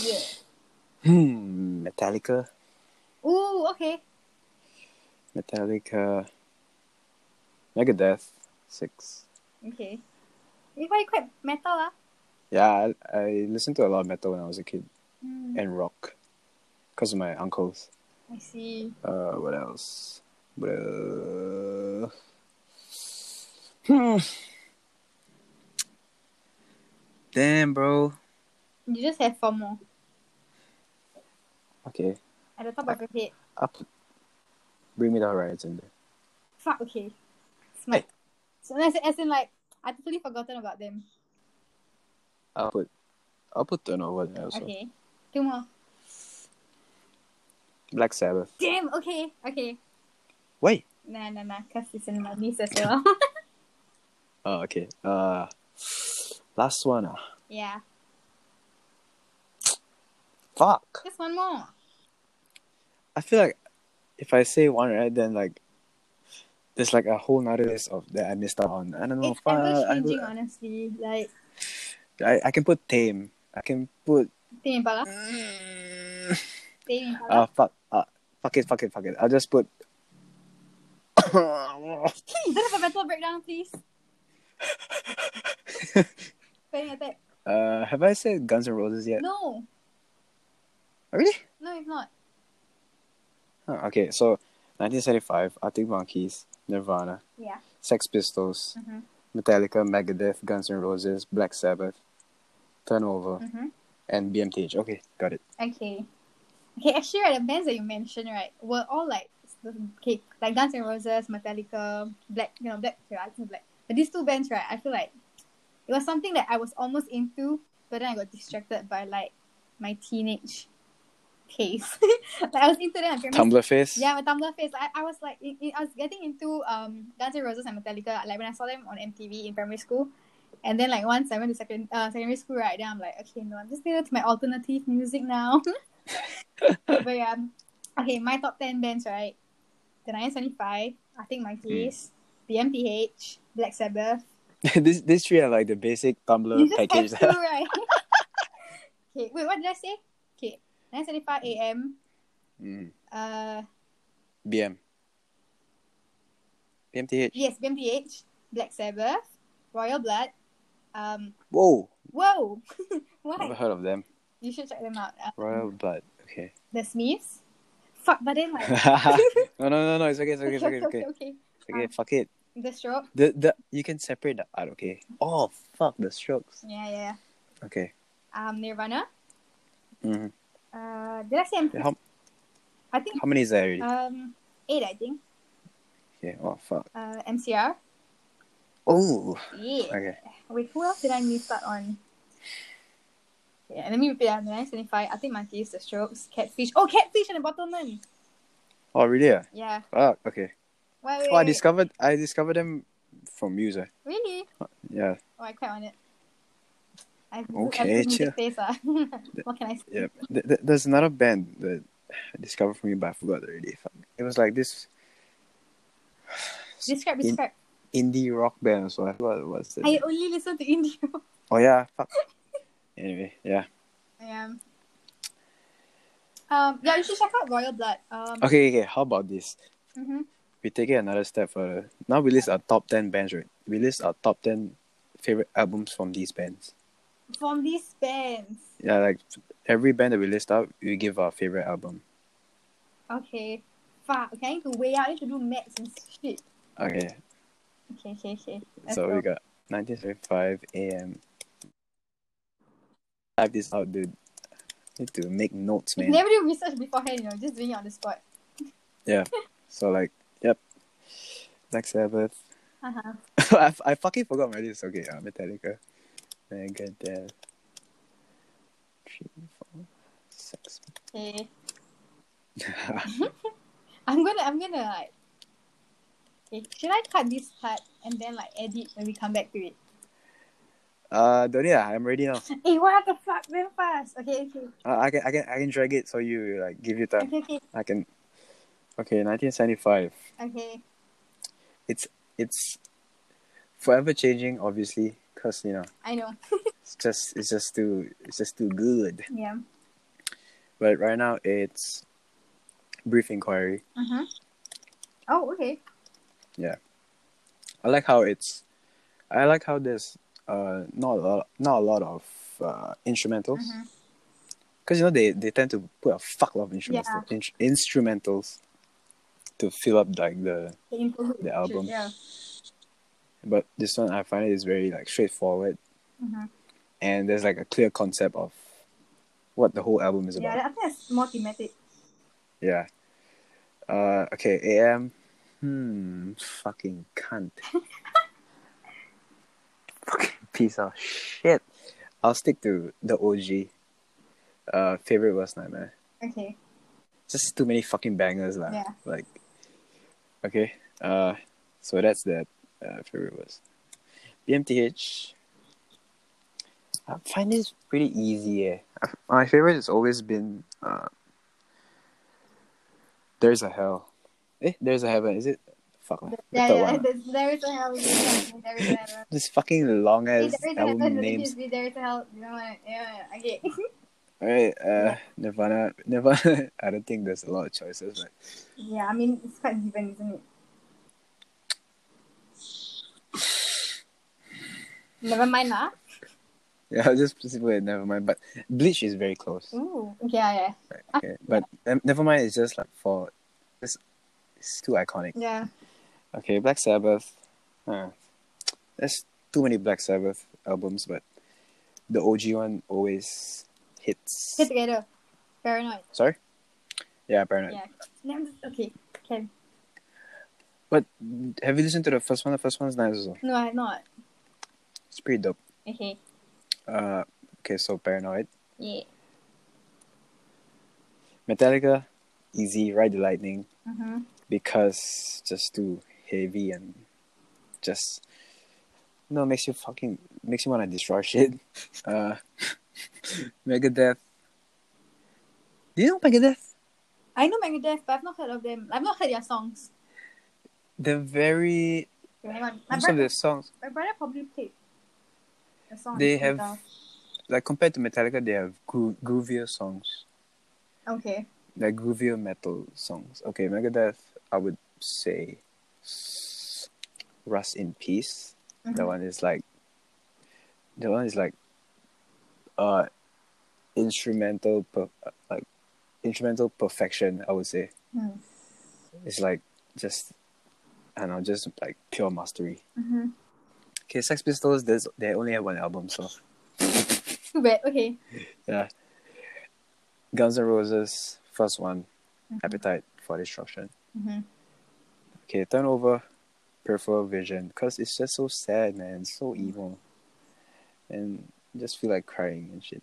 Speaker 1: Yeah.
Speaker 2: hmm, Metallica,
Speaker 1: Ooh, okay.
Speaker 2: Metallica, Megadeth, six.
Speaker 1: Okay. You quite quite metal ah.
Speaker 2: Yeah, I, I listened to a lot of metal when I was a kid
Speaker 1: Mm,
Speaker 2: and rock because of my uncles.
Speaker 1: I see.
Speaker 2: Uh, what else? What else? Hmm. Damn, bro.
Speaker 1: You just have four more
Speaker 2: Okay,
Speaker 1: at the top of your head.
Speaker 2: up. Bring me the horizon. There.
Speaker 1: Fuck. Okay. Smart. So as, as in like I totally forgotten about them.
Speaker 2: I'll put, I'll put turnover there also.
Speaker 1: Okay. Two more.
Speaker 2: Black Sabbath.
Speaker 1: Damn. Okay. Okay.
Speaker 2: Wait.
Speaker 1: Nah, nah, nah. Cause it's in my niece as well.
Speaker 2: Oh, okay. Uh, last one. Ah,
Speaker 1: yeah.
Speaker 2: fuck.
Speaker 1: Just one more.
Speaker 2: I feel like if I say one right, then like there's like a whole nother list of that I missed out on. I don't know.
Speaker 1: it's
Speaker 2: fuck.
Speaker 1: ever
Speaker 2: I,
Speaker 1: changing, ah. honestly. Like,
Speaker 2: I, I can put Tame. I can put.
Speaker 1: Tame Impala. Tame Impala.
Speaker 2: Uh, fuck. Uh, fuck it. Fuck it. Fuck it. I'll just put. uh, I
Speaker 1: Don't have a mental breakdown, please. Panic attack.
Speaker 2: uh, have I said Guns N' Roses yet? Oh,
Speaker 1: No.
Speaker 2: Really?
Speaker 1: No, it's not.
Speaker 2: Huh, okay, so 1975, Arctic Monkeys, Nirvana,
Speaker 1: Yeah.
Speaker 2: Sex Pistols,
Speaker 1: Mm-hmm.
Speaker 2: Metallica, Megadeth, Guns N' Roses, Black Sabbath, Turnover,
Speaker 1: Mm-hmm.
Speaker 2: and BMTH. Okay, got it.
Speaker 1: Okay. Okay, actually, right, the bands that you mentioned, right, were all like, okay, like Guns N' Roses, Metallica, Black, you know, Black, okay, I think Black. But these two bands, right, I feel like it was something that I was almost into, but then I got distracted by like my teenage phase. like I was into that.
Speaker 2: Tumblr face.
Speaker 1: Yeah, my Tumblr phase. I, I was like, in, in- I was getting into um Guns N' Roses and Metallica. Like when I saw them on MTV in primary school, and then like once I went to second uh, secondary school, right? Then I'm like, okay, no, I'm just going to my alternative music now. but yeah, um, okay, my top ten bands, right? The 975, I think Monkeys, BMPH, Black Sabbath.
Speaker 2: this these three are like the basic Tumblr
Speaker 1: You just
Speaker 2: package.
Speaker 1: have to, right? okay, wait, what did I say? Okay, 9.75 a.m.
Speaker 2: Mm.
Speaker 1: Uh,
Speaker 2: BM. BMTH.
Speaker 1: yes, BMPH, Black Sabbath, Royal Blood. Um,
Speaker 2: Whoa.
Speaker 1: whoa,
Speaker 2: Never
Speaker 1: why?
Speaker 2: heard of them.
Speaker 1: You should check them out. Um,
Speaker 2: Royal Blood. Okay.
Speaker 1: The Smiths. Fuck, but then like.
Speaker 2: no, no, no, no. It's okay. It's okay. It's okay. It's okay. It's okay.
Speaker 1: Um,
Speaker 2: Fuck it.
Speaker 1: The Strokes.
Speaker 2: The the you can separate the art. Okay. Oh fuck the strokes.
Speaker 1: Yeah, yeah.
Speaker 2: Okay.
Speaker 1: Um, Nirvana.
Speaker 2: hmm
Speaker 1: Uh, did I say? I'm-
Speaker 2: How
Speaker 1: I think
Speaker 2: how many is that already?
Speaker 1: um eight. I think.
Speaker 2: okay. Oh fuck.
Speaker 1: Uh, MCR.
Speaker 2: Oh.
Speaker 1: Yeah.
Speaker 2: Okay.
Speaker 1: Wait, who else did I miss out on? Yeah, let me repeat that. 975, I think Monkeys, The Strokes, Catfish. Oh, Catfish and the Bottleman.
Speaker 2: Oh really? Ah.
Speaker 1: Yeah.
Speaker 2: Fuck. Okay.
Speaker 1: Wait, wait,
Speaker 2: Oh, I
Speaker 1: wait.
Speaker 2: discovered I discovered them from user.
Speaker 1: Really?
Speaker 2: Yeah.
Speaker 1: Oh, I quite on it. I have
Speaker 2: Okay,
Speaker 1: good music
Speaker 2: chill.
Speaker 1: taste, ah. what can I say?
Speaker 2: Yeah. Th- th- there's another band that I discovered from you, but I forgot already. Fuck. It was like this
Speaker 1: Describe,
Speaker 2: In-
Speaker 1: describe.
Speaker 2: indie rock band. So I forgot what's the.
Speaker 1: I only listen to indie rock.
Speaker 2: Oh yeah. Fuck. anyway. Yeah.
Speaker 1: I am. Um, yeah, you should check out Royal Blood. Um,
Speaker 2: Okay. Okay. How about this?
Speaker 1: hmm
Speaker 2: we take it another step further. Now we list our top ten bands, right? We list our top ten favorite albums from these bands.
Speaker 1: From these bands.
Speaker 2: Yeah, like every band that we list out, we give our favorite album.
Speaker 1: Okay. Fuck, okay, I need to weigh out. I need to do maths and shit.
Speaker 2: Okay,
Speaker 1: Okay, okay, okay. Let's
Speaker 2: so we
Speaker 1: go.
Speaker 2: got 1975 AM. Type this out, dude. Need to make notes,
Speaker 1: You
Speaker 2: man.
Speaker 1: never do research beforehand, you know, just doing it on the spot.
Speaker 2: So like, yep. Black Sabbath.
Speaker 1: Uh-huh.
Speaker 2: I, f- I fucking forgot my list. Okay, uh, Metallica. Megadeth. Three, four, six.
Speaker 1: Okay. Eh. I'm gonna I'm gonna like Okay. Should I cut this part and then like edit when we come back to it?
Speaker 2: Uh, don't yeah, I'm ready now.
Speaker 1: Hey, Eh, what the fuck? Very fast. Okay, okay.
Speaker 2: Uh, I can, I can, I can drag it so you like give you time.
Speaker 1: Okay, okay.
Speaker 2: I can. Okay, 1975.
Speaker 1: Okay.
Speaker 2: It's forever changing, obviously, cause you know
Speaker 1: I know.
Speaker 2: it's just it's just too it's just too good.
Speaker 1: Yeah.
Speaker 2: But right now it's brief inquiry.
Speaker 1: Uh-huh. Oh, okay.
Speaker 2: I like how it's. I like how there's uh not a lot not a lot of uh, instrumentals
Speaker 1: Uh-huh.
Speaker 2: because you know they they tend to put a fuck lot of instrumentals in- instrumentals to fill up like the
Speaker 1: The, interlude.
Speaker 2: The album.
Speaker 1: Yeah.
Speaker 2: but this one I find it is very like straightforward
Speaker 1: Uh-huh.
Speaker 2: and there's like a clear concept of what the whole album is
Speaker 1: Yeah,
Speaker 2: about.
Speaker 1: I think that's more thematic.
Speaker 2: Yeah. Uh okay, AM. Hmm fucking cunt. fucking piece of shit. I'll stick to the OG. Uh favorite worst nightmare.
Speaker 1: Okay.
Speaker 2: Just too many fucking bangers lah.
Speaker 1: Yeah.
Speaker 2: Like Okay. Uh so that's that uh, favorite worst. BMTH I find this pretty easy. Eh. My favorite has always been uh, "There's a Hell." Eh, there's a heaven. Is it? Fuck. man. The
Speaker 1: Yeah,
Speaker 2: third
Speaker 1: yeah.
Speaker 2: one.
Speaker 1: There's, there is a hell. There is a hell.
Speaker 2: This fucking long
Speaker 1: Hey,
Speaker 2: ass
Speaker 1: There is a hell.
Speaker 2: album
Speaker 1: There is
Speaker 2: names.
Speaker 1: a hell. There is a hell. You know what? Yeah, okay.
Speaker 2: Alright, uh, Nirvana. Nirvana. I don't think there's a lot of choices. But
Speaker 1: Yeah, I mean it's quite given, isn't it? Never mind lah.
Speaker 2: yeah, I'll just specifically never mind. But Bleach is very close.
Speaker 1: Ooh. Yeah, yeah,
Speaker 2: Okay, but um, never mind. It's just like for. It's, it's too iconic.
Speaker 1: yeah.
Speaker 2: Okay, Black Sabbath. Huh. There's too many Black Sabbath albums, but the OG one always hits.
Speaker 1: Get together. Paranoid.
Speaker 2: Sorry? Yeah, Paranoid.
Speaker 1: Yeah. Never, okay. Can.
Speaker 2: Mm, But have you listened to the first one? The first one's nice as well.
Speaker 1: No, I'm not.
Speaker 2: It's pretty dope.
Speaker 1: Okay.
Speaker 2: Uh, okay, so Paranoid.
Speaker 1: Yeah.
Speaker 2: Metallica, easy. Ride the Lightning
Speaker 1: Mm-hmm.
Speaker 2: because just too heavy and just no makes you fucking makes you wanna destroy shit. Uh, Megadeth. Do you know Megadeth?
Speaker 1: I know Megadeth, but I've not heard of them. I've not heard their songs.
Speaker 2: They're very
Speaker 1: Hang on. My,
Speaker 2: most of
Speaker 1: brother,
Speaker 2: their songs
Speaker 1: my brother probably played the song.
Speaker 2: They have- like compared to Metallica, they have gro- groovier songs,
Speaker 1: Okay.
Speaker 2: like groovier metal songs. Okay, Megadeth, I would say s- Rust in Peace. That
Speaker 1: Mhm.
Speaker 2: one is like the one is like uh instrumental per, like instrumental perfection i would say
Speaker 1: Mm.
Speaker 2: it's like just i don't know just like pure mastery
Speaker 1: Mm-hmm.
Speaker 2: okay sex pistols there's they only have one album so
Speaker 1: Too bad. Okay.
Speaker 2: yeah guns N' roses first one
Speaker 1: Mhm.
Speaker 2: appetite for destruction
Speaker 1: Mm-hmm.
Speaker 2: okay turn over peripheral vision because it's just so sad man so evil and just feel like crying and shit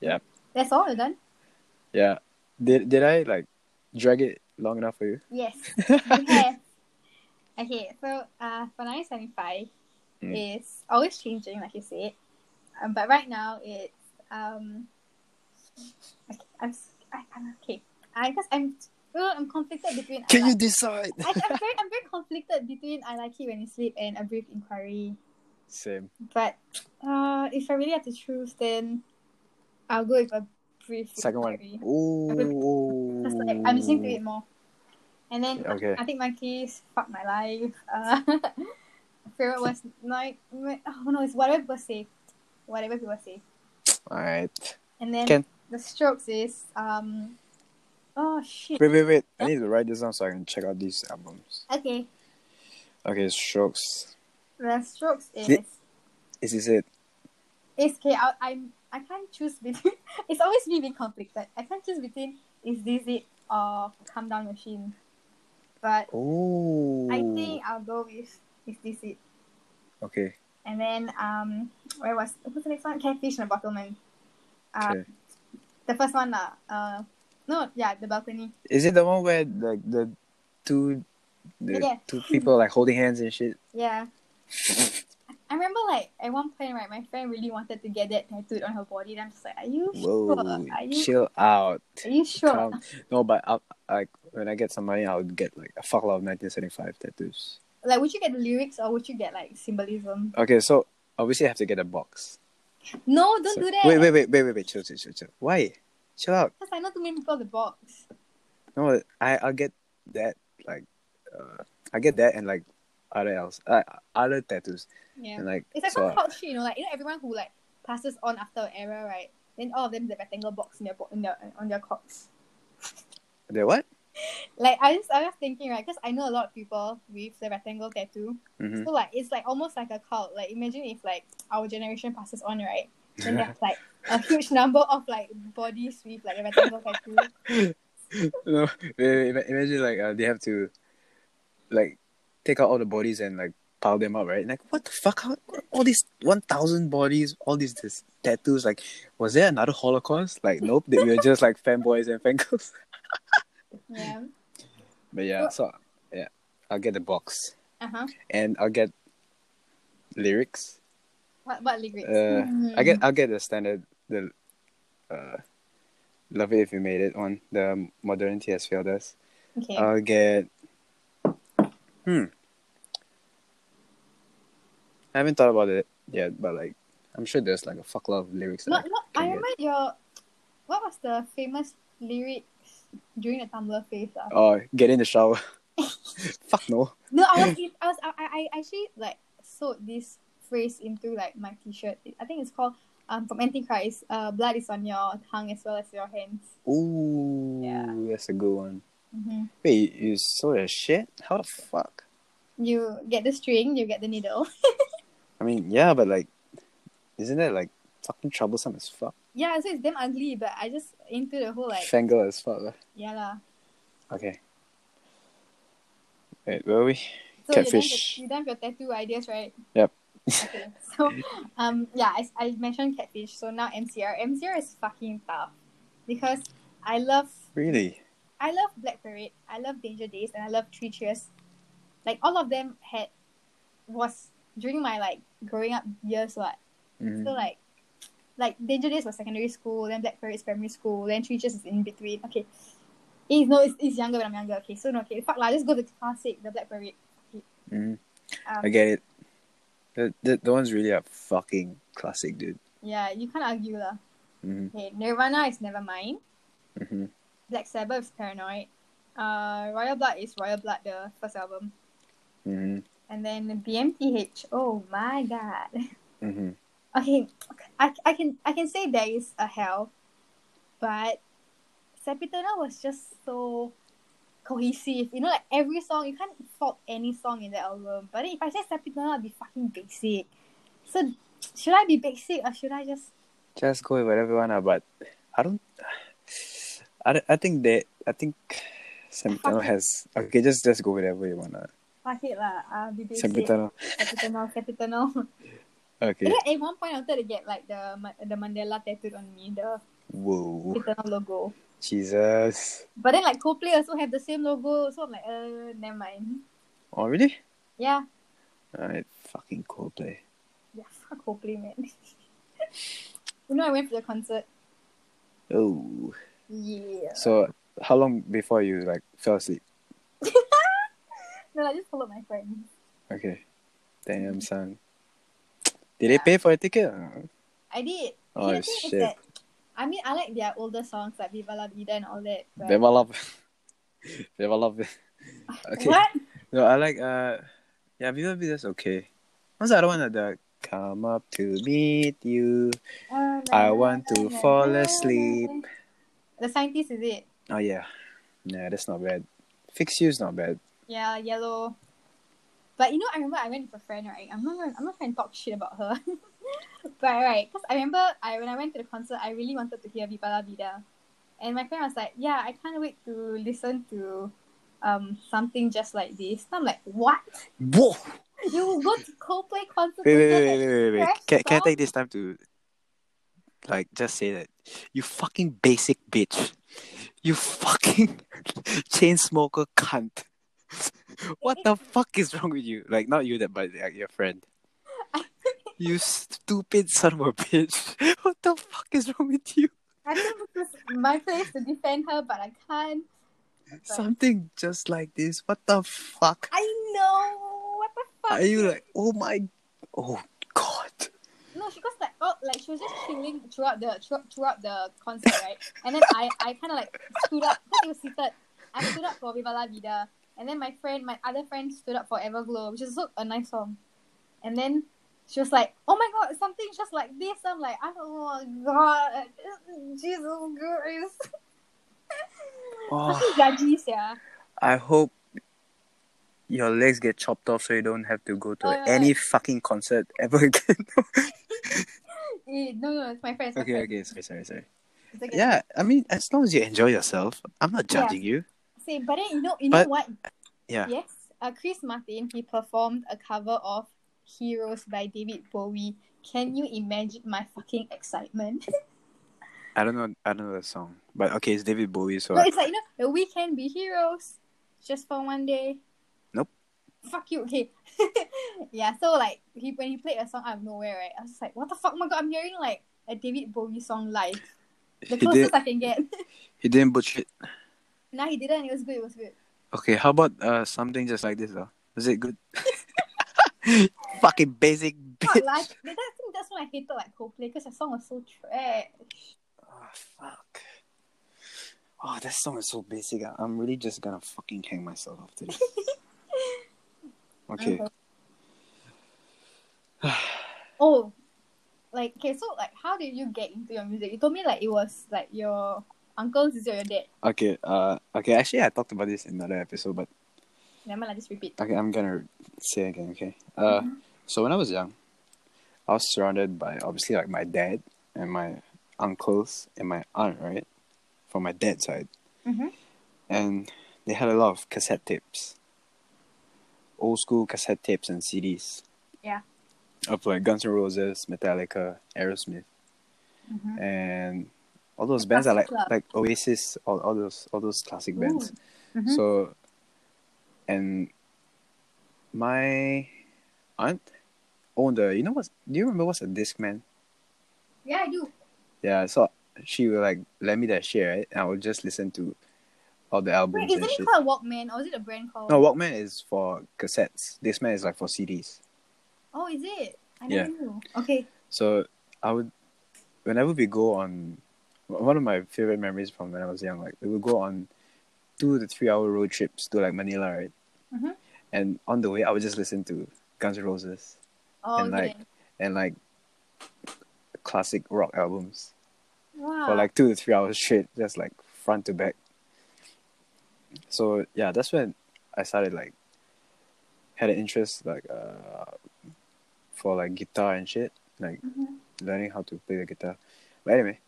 Speaker 1: That's all. We're done.
Speaker 2: Yeah. Did did I like drag it long enough for you?
Speaker 1: Yes. we have. Okay. So, uh, for 975
Speaker 2: Mm.
Speaker 1: is always changing, like you said. Um, but right now it's um. Okay, I'm s- I, I'm okay. I guess I'm. Oh, I'm conflicted between. I like-
Speaker 2: decide?
Speaker 1: I, I'm very, I'm very conflicted between I like it when you sleep and a brief inquiry.
Speaker 2: Same.
Speaker 1: But uh, if I really have to choose, then I'll go with a brief
Speaker 2: Second one.
Speaker 1: inquiry.
Speaker 2: Ooh.
Speaker 1: Just like, I'm listening to it more. And then
Speaker 2: Okay.
Speaker 1: I think my keys fuck my life. Uh, favorite was like my- oh no, it's whatever people say, whatever people say.
Speaker 2: Alright.
Speaker 1: And then
Speaker 2: Can-
Speaker 1: the strokes is um, oh shit.
Speaker 2: Wait, wait, wait. I need to write this down so I can check out these albums.
Speaker 1: Okay,
Speaker 2: Okay, Strokes.
Speaker 1: the strokes is.
Speaker 2: Thi- Is this it?
Speaker 1: It's okay. I, I'm. I can't choose between. it's always me being conflicted. I can't choose between is this it or calm down machine. But
Speaker 2: Ooh.
Speaker 1: I think I'll go with is this it.
Speaker 2: Okay.
Speaker 1: And then um, where was what's the next one? Catfish and the Bottleman. Uh,
Speaker 2: Okay.
Speaker 1: The first one lah. Uh, no, yeah, the balcony.
Speaker 2: Is it the one where like the two the
Speaker 1: Yeah.
Speaker 2: two people like holding hands and shit?
Speaker 1: Yeah. I remember like at one point right, my friend really wanted to get that tattooed on her body. And I'm just like, are you
Speaker 2: Whoa.
Speaker 1: sure? Are you?
Speaker 2: Chill out.
Speaker 1: Are you sure?
Speaker 2: Calm. Um, No, but I'll, like when I get some money, I'll get like a fuckload of 1975 tattoos.
Speaker 1: Like, would you get the lyrics or would you get like symbolism?
Speaker 2: Okay, so obviously I have to get a box.
Speaker 1: No, don't
Speaker 2: So-
Speaker 1: do that.
Speaker 2: Wait, wait, wait, wait, wait, wait. Chill, chill, chill, chill. Why? Chill out.
Speaker 1: Because I know too many people in the box.
Speaker 2: No, I I'll get that like, uh, I get that and like other else, uh, other tattoos
Speaker 1: Yeah.
Speaker 2: and like
Speaker 1: It's like
Speaker 2: so.
Speaker 1: some hot shit, you know, like you know everyone who like passes on after an error, right? Then all of them the rectangle box in their bo- in their on their cocks.
Speaker 2: The what?
Speaker 1: Like I just I was thinking, right, because I know a lot of people with the rectangle tattoo.
Speaker 2: hmm
Speaker 1: So like it's like almost like a cult. Like imagine if like our generation passes on, right? Then there's like a huge number of like bodies with like a rectangle tattoo.
Speaker 2: no, wait, wait, ima- imagine like uh, they have to, like, take out all the bodies and like pile them up, right? Like, what the fuck? How, all these one thousand bodies, all these this, tattoos. Like, was there another Holocaust? Like, nope. They were just like fanboys and fangirls.
Speaker 1: Yeah.
Speaker 2: But yeah, so yeah, I'll get the box
Speaker 1: Uh huh.
Speaker 2: and I'll get lyrics.
Speaker 1: What what lyrics?
Speaker 2: Uh,
Speaker 1: Hmm.
Speaker 2: I get I'll get the standard the, uh, love it if you made it one. The modernity has failed us.
Speaker 1: okay.
Speaker 2: I'll get. Hmm. I haven't thought about it yet, but like, I'm sure there's like a fuckload of lyrics. that
Speaker 1: No,
Speaker 2: I
Speaker 1: no,
Speaker 2: can
Speaker 1: I
Speaker 2: get.
Speaker 1: remember your. What was the famous lyrics during the Tumblr phase? ah?
Speaker 2: Oh, get in the shower. Fuck no.
Speaker 1: No, I was, I was, I, I- I actually like sewed this phrase into like my T-shirt. I think it's called um from Antichrist. Uh, blood is on your tongue as well as your hands.
Speaker 2: Ooh,
Speaker 1: Yeah.
Speaker 2: that's a good one.
Speaker 1: Mm-hmm.
Speaker 2: Wait, you, you saw that shit? How the fuck?
Speaker 1: You get the string, you get the needle.
Speaker 2: I mean, yeah, but like, isn't that like fucking troublesome as fuck?
Speaker 1: yeah, so it's damn ugly, but I just into the whole like
Speaker 2: Fangirl as fuck. lah.
Speaker 1: yeah lah.
Speaker 2: Okay. Wait, where are we?
Speaker 1: So
Speaker 2: Catfish.
Speaker 1: You're done, with- you're done with your tattoo ideas, right?
Speaker 2: Yep.
Speaker 1: Okay. So, um, yeah, I, I mentioned catfish. So now MCR. MCR is fucking tough because I love
Speaker 2: Really?
Speaker 1: I love Black Parade. I love Danger Days, and I love Three Cheers. Like all of them had was during my like growing up years. What
Speaker 2: Mm.
Speaker 1: so like, like Danger Days was secondary school, then Black Parade is primary school, then Three Cheers is in between. Okay, it's no, it's, it's younger when I'm younger. Okay, so no, okay, fuck lah, just go to classic, the Black Parade.
Speaker 2: Mm.
Speaker 1: Um,
Speaker 2: I get it. The, the, the one's really a fucking classic, dude.
Speaker 1: Yeah, you can't argue lah.
Speaker 2: Mm.
Speaker 1: Okay, Nirvana is Nevermind.
Speaker 2: hmm
Speaker 1: Black Sabbath is Paranoid. Uh, Royal Blood is Royal Blood, the first album.
Speaker 2: hmm
Speaker 1: And then BMTH. Oh my god.
Speaker 2: hmm
Speaker 1: Okay, I, I can I can say there is a hell, but Sepitona was just so cohesive. You know, like every song you can't fault any song in the album. But then if I say Sepitona, I'll be fucking basic. So should I be basic or should I just
Speaker 2: Just go with whatever one, but I don't. I, don't- I think that I think Sempitano has okay. Just just go whatever you wanna.
Speaker 1: fuck it lah? I'll be basic.
Speaker 2: Sempitano.
Speaker 1: Sepitona, Sepitona.
Speaker 2: Okay.
Speaker 1: You know, at one point I wanted to get like the Ma- the Mandela tattooed on me, the
Speaker 2: Whoa.
Speaker 1: Eternal logo.
Speaker 2: Jesus.
Speaker 1: But then like Coldplay also have the same logo, so I'm like, uh, never mind.
Speaker 2: Oh really?
Speaker 1: Yeah,
Speaker 2: Alright. Fucking Coldplay.
Speaker 1: yeah, fuck Coldplay, man. you know, I went for the concert.
Speaker 2: Oh.
Speaker 1: Yeah,
Speaker 2: So how long before you like fell asleep?
Speaker 1: no, I just followed my friend.
Speaker 2: Okay. Damn son. Did they pay for a ticket?
Speaker 1: I did.
Speaker 2: Oh,
Speaker 1: the thing is
Speaker 2: shit.
Speaker 1: that- I mean, I like their older songs like Viva La Vida and all that. But...
Speaker 2: Viva love. Viva love. Okay.
Speaker 1: Ah, What?
Speaker 2: No, I like uh, yeah, Viva La Vida's okay. What's the other one that the come up to meet you?
Speaker 1: Uh,
Speaker 2: I want to fall asleep.
Speaker 1: The scientist is it?
Speaker 2: Oh yeah, nah, that's not bad. Fix you's not bad.
Speaker 1: Yeah, yellow. But you know, I remember I went with a friend, right? I'm not, gonna- I'm not trying to talk shit about her, but right, because I remember I when I went to the concert, I really wanted to hear Viva La Vida, and my friend was like, "Yeah, I can't wait to listen to, um, something just like this." And I'm like, "What?
Speaker 2: Whoa!
Speaker 1: You go to Coldplay concert?"
Speaker 2: Wait,
Speaker 1: to
Speaker 2: wait,
Speaker 1: hear
Speaker 2: wait,
Speaker 1: that?"
Speaker 2: wait, wait, wait. wait.
Speaker 1: Crash
Speaker 2: Can, can I
Speaker 1: song?
Speaker 2: take this time to, like, just say that you fucking basic bitch, you fucking chain smoker cunt. What the fuck is wrong with you? Like, not you that, but like, your friend. You stupid son of a bitch. What the fuck is wrong with you?
Speaker 1: I think this is my place to defend her, but I can't.
Speaker 2: Something just like this. What the fuck?
Speaker 1: I know what the fuck.
Speaker 2: Are you like, oh my, oh god.
Speaker 1: No, she was like, oh, like she was just chilling throughout the throughout, throughout the concert, right? And then I, I kind of like stood up because it was seated. I stood up for Viva La Vida, and then my friend, my other friend, stood up for Everglow, which is also a nice song. And then she was like, oh my god, something just like this. I'm like, oh my god, Jesus Christ,
Speaker 2: Oh,
Speaker 1: fucking judgy, yeah.
Speaker 2: I hope your legs get chopped off so you don't have to go to
Speaker 1: Oh, yeah.
Speaker 2: any fucking concert ever again.
Speaker 1: Eh, no, no, it's my friend. It's my
Speaker 2: okay,
Speaker 1: friend.
Speaker 2: okay, sorry, sorry, sorry.
Speaker 1: It's okay.
Speaker 2: Yeah, I mean, as long as you enjoy yourself, I'm not
Speaker 1: Yeah.
Speaker 2: judging you.
Speaker 1: Same, but then you know, you
Speaker 2: But-
Speaker 1: know what?
Speaker 2: Yeah.
Speaker 1: Yes, uh, Chris Martin he performed a cover of "Heroes" by David Bowie. Can you imagine my fucking excitement?
Speaker 2: I don't know, I don't know the song, but okay, it's David Bowie, so
Speaker 1: no, it's like you know, the we can be heroes just for one day.
Speaker 2: Nope.
Speaker 1: Fuck you. Okay. yeah. So like he when he played a song out of nowhere, right? I was just like, what the fuck? Oh my god, I'm hearing like a David Bowie song live. The
Speaker 2: he
Speaker 1: closest
Speaker 2: did,
Speaker 1: I can get.
Speaker 2: he didn't butcher it.
Speaker 1: nah, he didn't. It was good. It was good.
Speaker 2: Okay, how about uh something just like this though? Is it good? fucking basic
Speaker 1: Fuck,
Speaker 2: bitch.
Speaker 1: like, that, I think that's when I hated like Coldplay because the song was so trash.
Speaker 2: Oh fuck. Oh, that song is so basic. I- I'm really just gonna fucking hang myself after this. Okay.
Speaker 1: oh, like okay. So like, how did you get into your music? You told me like it was like your uncle's sister, your dad.
Speaker 2: Okay. Uh. Okay. Actually, I talked about this in another episode, but
Speaker 1: Never mind, I just repeat.
Speaker 2: okay, I'm gonna say again. Okay. Uh.
Speaker 1: Mm-hmm.
Speaker 2: So when I was young, I was surrounded by obviously like my dad and my uncles and my aunt, right, from my dad's side,
Speaker 1: Mhm.
Speaker 2: and they had a lot of cassette tapes. old school cassette tapes and CDs.
Speaker 1: Yeah.
Speaker 2: Of like Guns N' Roses, Metallica, Aerosmith,
Speaker 1: Mhm.
Speaker 2: and all those bands are like
Speaker 1: Classic club.
Speaker 2: like Oasis, all, all those all those classic bands.
Speaker 1: Ooh. Mhm.
Speaker 2: So, and my aunt owned a. You know what? Do you remember what's a Discman?
Speaker 1: yeah, I do.
Speaker 2: Yeah. So she will like let me that shit, right? And I would just listen to all the albums
Speaker 1: Wait, isn't
Speaker 2: and
Speaker 1: it
Speaker 2: shit.
Speaker 1: called Walkman or is it a brand called?
Speaker 2: No, Walkman is for cassettes. Discman is like for CDs.
Speaker 1: Oh, is it? I
Speaker 2: Yeah.
Speaker 1: never knew. Okay.
Speaker 2: So I would, whenever we go on, one of my favorite memories from when I was young, like we would go on two to three hour road trips to like Manila, right?
Speaker 1: Mhm.
Speaker 2: And on the way, I would just listen to Guns N' Roses
Speaker 1: Oh,
Speaker 2: And,
Speaker 1: okay.
Speaker 2: like, and like classic rock albums
Speaker 1: wow.
Speaker 2: for like two to three hours straight, just like front to back. So yeah, that's when I started like had an interest like uh for like guitar and shit, like
Speaker 1: Mhm.
Speaker 2: learning how to play the guitar. But anyway,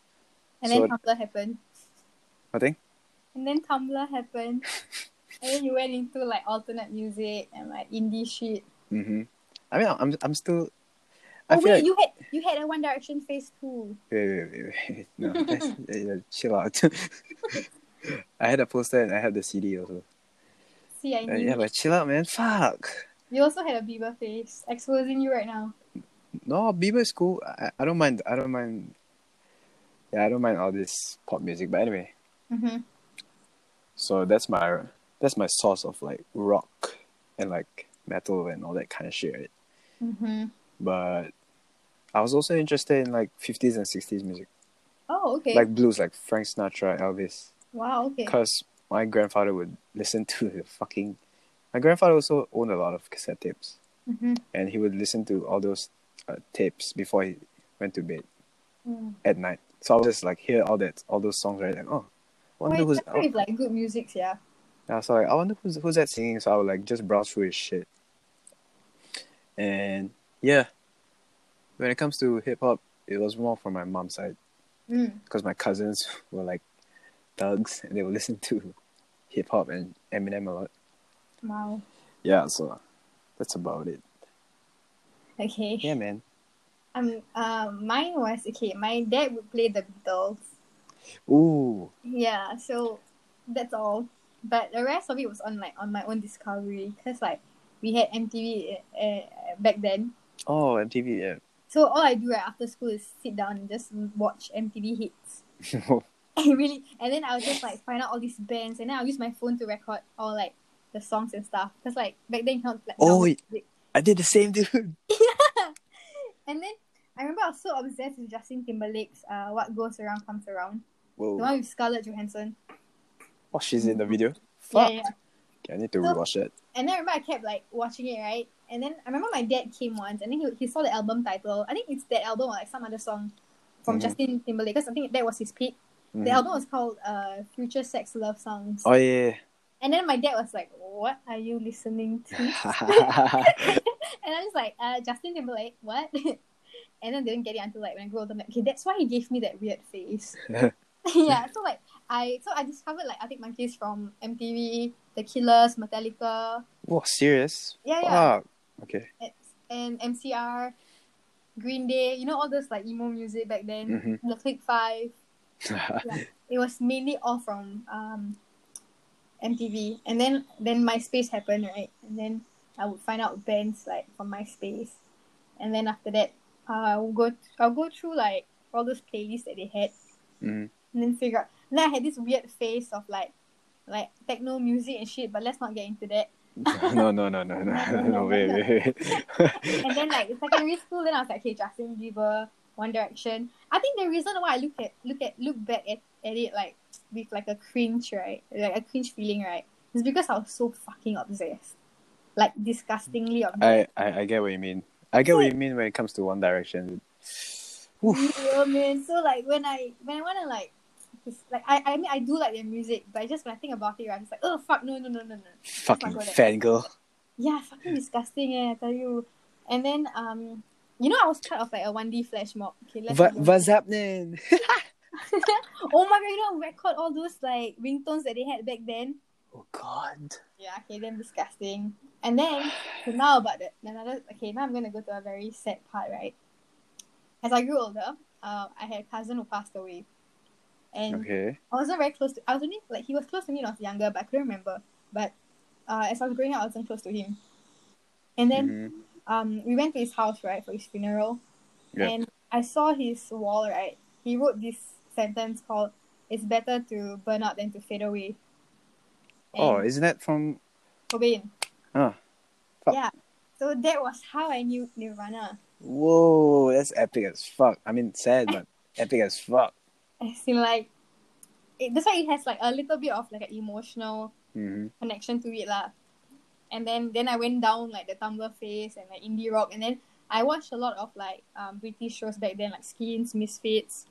Speaker 1: And then
Speaker 2: so-
Speaker 1: Tumblr happened.
Speaker 2: I think
Speaker 1: And then Tumblr happened. and then you went into like alternate music and like indie shit.
Speaker 2: hmm I mean, I'm I'm still. I
Speaker 1: Oh
Speaker 2: feel
Speaker 1: wait,
Speaker 2: like
Speaker 1: you had you had a One Direction phase too.
Speaker 2: wait, wait, wait, wait. no, that's, yeah, chill out. I had a poster and I had the CD also.
Speaker 1: See, I
Speaker 2: Uh,
Speaker 1: knew.
Speaker 2: yeah, but chill out, man. Fuck.
Speaker 1: You also had a Bieber face. Exposing you right now.
Speaker 2: No, Bieber is cool. I, I don't mind. I don't mind. Yeah, I don't mind all this pop music. But anyway,
Speaker 1: Mm-hmm.
Speaker 2: so that's my that's my source of like rock and like metal and all that kind of shit. right?
Speaker 1: Mm-hmm.
Speaker 2: But I was also interested in like fifties and sixties music,
Speaker 1: Oh, okay.
Speaker 2: like blues, like Frank Sinatra, Elvis,
Speaker 1: wow, okay.
Speaker 2: because my grandfather would listen to the fucking. My grandfather also owned a lot of cassette tapes,
Speaker 1: Mm-hmm.
Speaker 2: and he would listen to all those uh, tapes before he went to bed. at night. So I was just like hear all that all those songs right like oh wonder who's
Speaker 1: with like good music, yeah.
Speaker 2: I was like I wonder who's who's that singing so I would like just browse through his shit. And yeah. When it comes to hip hop, it was more from my mom's side
Speaker 1: Mm.
Speaker 2: because my cousins were like thugs and they would listen to hip hop and Eminem a lot.
Speaker 1: Wow.
Speaker 2: Yeah, so that's about it.
Speaker 1: Okay.
Speaker 2: Yeah, man.
Speaker 1: Um. Uh. Mine was okay. My dad would play the Beatles.
Speaker 2: Ooh.
Speaker 1: Yeah. So that's all. But the rest of it was on like on my own discovery because like we had MTV uh, uh, back then.
Speaker 2: Oh, MTV. Yeah.
Speaker 1: So all I do right after school is sit down and just watch MTV hits. I really and then I'll just like find out all these bands and then I'll use my phone to record all like the songs and stuff. Because like back then you can't like
Speaker 2: Oh,
Speaker 1: download
Speaker 2: y-
Speaker 1: music.
Speaker 2: I did the same, dude.
Speaker 1: and then I remember I was so obsessed with Justin Timberlake's uh What Goes Around Comes Around. The
Speaker 2: Whoa.
Speaker 1: one with Scarlett Johansson.
Speaker 2: Oh, she's in the video.
Speaker 1: Yeah,
Speaker 2: Fuck.
Speaker 1: yeah.
Speaker 2: Okay, I need to
Speaker 1: So-
Speaker 2: rewatch it.
Speaker 1: And then I remember I kept like watching it, right? And then I remember my dad came once and then he, he saw the album title. I think it's that album or like some other song from
Speaker 2: Mhm.
Speaker 1: Justin Timberlake because I think that was his peak. The
Speaker 2: Mhm.
Speaker 1: album was called uh Future Sex Love Songs.
Speaker 2: Oh yeah.
Speaker 1: And then my dad was like, What are you listening to? and I'm just like, uh, Justin Timberlake, what? and then they didn't get it until like when I grew older. I'm like, okay, that's why he gave me that weird face. yeah, so like I so I discovered like I think monkeys from MTV, The Killers, Metallica,
Speaker 2: Whoa, serious?
Speaker 1: yeah, yeah,
Speaker 2: Fuck. Okay.
Speaker 1: and, and MCR, Green Day. You know all those like emo music back then.
Speaker 2: Mhm.
Speaker 1: The Click Five. It was mainly all from um, MTV, and then then MySpace happened, right? And then I would find out bands like from MySpace, and then after that, uh, I'll go I'll go through like all those playlists that they had,
Speaker 2: Mhm.
Speaker 1: and then figure out. And then I had this weird phase of like, like techno music and shit. But let's not get into that.
Speaker 2: no, no, no, no, no, no, wait, wait, wait.
Speaker 1: And then like in secondary school, then I was like, okay, Justin Bieber, One Direction. I think the reason why I look at look at look back at, at it like with like a cringe, right? Like a cringe feeling, right? It's because I was so fucking obsessed. Like disgustingly obsessed.
Speaker 2: I, I, I get what you mean. I get what you mean when it comes to One Direction. Oof.
Speaker 1: Yeah, man. So like when I when I wanna like just, like I, I mean I do like their music, but just when I think about it, right, I'm just like, oh fuck, no no no no no.
Speaker 2: Fucking fangirl.
Speaker 1: Yeah, fucking disgusting, eh, I tell you. And then um you know I was part of like a one D flash mob. Okay, let's
Speaker 2: What,
Speaker 1: not go
Speaker 2: what's happening?
Speaker 1: Oh my god, you know, record all those like ringtones that they had back then.
Speaker 2: Oh God.
Speaker 1: Yeah, okay, then disgusting. And then so now about the another okay, now I'm gonna go to a very sad part, right? As I grew older, uh, I had a cousin who passed away. And
Speaker 2: Okay.
Speaker 1: I wasn't very close to I was only like he was close to me when I was younger, but I couldn't remember. But uh, as I was growing up I wasn't close to him. And then
Speaker 2: Mhm.
Speaker 1: um we went to his house, right, for his funeral.
Speaker 2: Yeah.
Speaker 1: And I saw his wall, right? He wrote this sentence called It's better to burn out than to fade away.
Speaker 2: Oh,
Speaker 1: And
Speaker 2: isn't that from?
Speaker 1: Cobain.
Speaker 2: Ah, fuck.
Speaker 1: Yeah. So that was how I knew Nirvana.
Speaker 2: Whoa, that's epic as fuck. I mean, sad but epic as fuck.
Speaker 1: I feel like it, that's why it has like a little bit of like an emotional
Speaker 2: hmm
Speaker 1: connection to it lah. And then then I went down like the Tumblr phase and like indie rock and then I watched a lot of like um British shows back then like Skins, Misfits,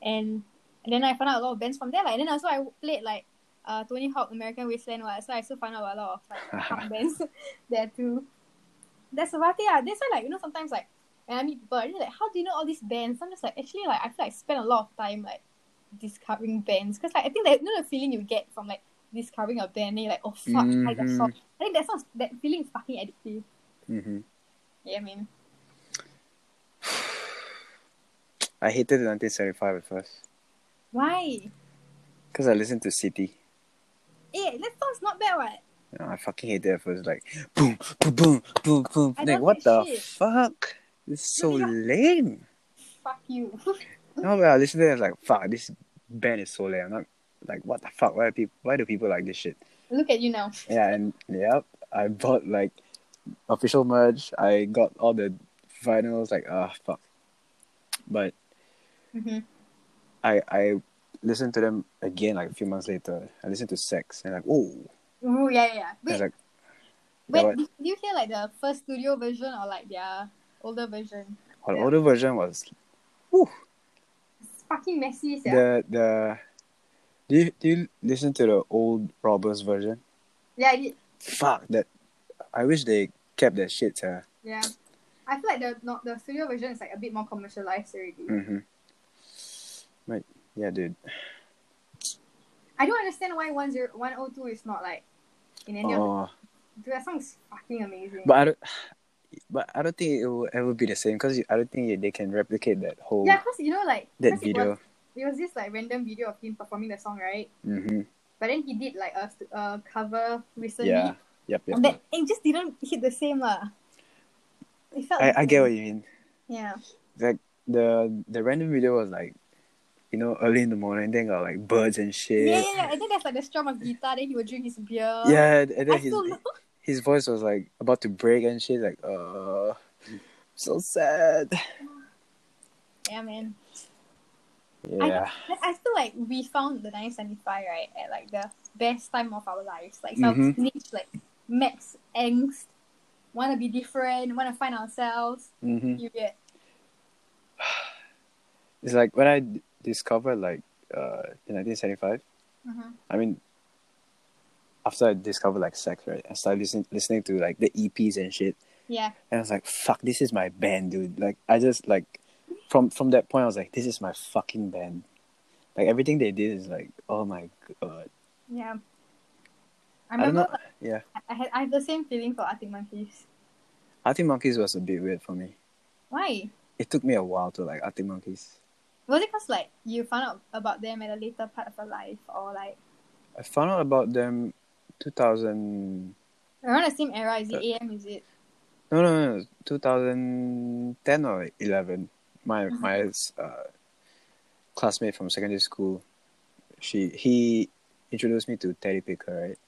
Speaker 1: and, and then I found out a lot of bands from there. Like and then also I played like uh Tony Hawk, American Wasteland, what so I still found out a lot of like punk bands there too. That's about it. Yeah. That's why like you know sometimes like when I meet people, they're like, how do you know all these bands? I'm just like actually like I feel like I spend a lot of time like discovering bands because like I think that you know the feeling you get from like discovering a band and you're like oh fuck I got
Speaker 2: Mhm.
Speaker 1: song. I think that sounds that feeling is fucking addictive.
Speaker 2: hmm
Speaker 1: Yeah, I mean
Speaker 2: I hated 1975 at first
Speaker 1: why?
Speaker 2: because I listened to City.
Speaker 1: Eh, that song's not bad. What?
Speaker 2: You know, I fucking hated it at first. Like boom, boom, boom, boom, boom.
Speaker 1: I
Speaker 2: Like
Speaker 1: love
Speaker 2: what the
Speaker 1: that shit.
Speaker 2: fuck? It's so
Speaker 1: Yeah.
Speaker 2: lame.
Speaker 1: Fuck you.
Speaker 2: No, but I listened to it. I was like, fuck, this band is so lame. I'm not like, what the fuck? Why people? Why do people like this shit?
Speaker 1: Look at you now.
Speaker 2: Yeah, and yep, I bought like official merch. I got all the vinyls. Like, ah, fuck. But
Speaker 1: hmm
Speaker 2: I I listened to them again like a few months later. I listened to Sex and like, whoa.
Speaker 1: Ooh, yeah, yeah, yeah.
Speaker 2: I
Speaker 1: Wait,
Speaker 2: was like,
Speaker 1: wait.
Speaker 2: yeah, what?
Speaker 1: Did you hear like the first studio version or like their older version?
Speaker 2: well, older version was, whew,
Speaker 1: It's fucking messy, yeah.
Speaker 2: the the. Do you, do you listen to the old Robbers version?
Speaker 1: Yeah, I did.
Speaker 2: Fuck that! I wish they kept that shit. Uh,
Speaker 1: Yeah. I feel like the not the studio version is like a bit more commercialized already.
Speaker 2: Mm-hmm. Right. Yeah, dude.
Speaker 1: I don't understand why 10 102 is not like in any of
Speaker 2: Oh,
Speaker 1: the dude, that song's fucking amazing.
Speaker 2: but I don't. But I don't think it will ever be the same because I don't think they can replicate that whole
Speaker 1: yeah, because you know like
Speaker 2: that
Speaker 1: 'cause it was,
Speaker 2: video.
Speaker 1: it was this like random video of him performing the song, right?
Speaker 2: Mm-hmm.
Speaker 1: But then he did like a, st- a cover recently.
Speaker 2: Yeah. Yep.
Speaker 1: And
Speaker 2: Yep.
Speaker 1: that it just didn't hit the same lah. It felt
Speaker 2: I, I get what
Speaker 1: different.
Speaker 2: you mean.
Speaker 1: Yeah.
Speaker 2: Like the the random video was like, you know, early in the morning. Then got like birds and shit.
Speaker 1: Yeah, yeah, yeah. And then there's like the strum of guitar, then he would drink his beer.
Speaker 2: Yeah, and and
Speaker 1: I
Speaker 2: then his
Speaker 1: still know.
Speaker 2: his voice was like about to break and shit. Like, uh, so sad.
Speaker 1: Yeah, man.
Speaker 2: Yeah.
Speaker 1: I, I feel like we found the 975 right at like the best time of our lives. Like some
Speaker 2: Mhm.
Speaker 1: niche, like max angst, want to be different, want to find ourselves.
Speaker 2: Mm-hmm.
Speaker 1: You get
Speaker 2: It's like when I d- discovered like uh in 1975.
Speaker 1: Mhm.
Speaker 2: I mean, after I discovered like sex, right? I started listening listening to like the EPs and shit,
Speaker 1: yeah,
Speaker 2: and I was like, "Fuck, this is my band, dude!" Like, I just like from from that point, I was like, "This is my fucking band." Like everything they did is like, "Oh my god!"
Speaker 1: yeah. I
Speaker 2: I don't
Speaker 1: remember
Speaker 2: know. Yeah,
Speaker 1: like, I had I had the same feeling for Arctic Monkeys.
Speaker 2: Arctic Monkeys was a bit weird for me.
Speaker 1: Why?
Speaker 2: It took me a while to like Arctic Monkeys.
Speaker 1: Was it because like you found out about them at a later part of your life, or like
Speaker 2: I found out about them 2000.
Speaker 1: around the same era? Is it AM? Is it?
Speaker 2: No, no, no, 2010 or 11. My my uh, classmate from secondary school, she he introduced me to Teddy Picker, right?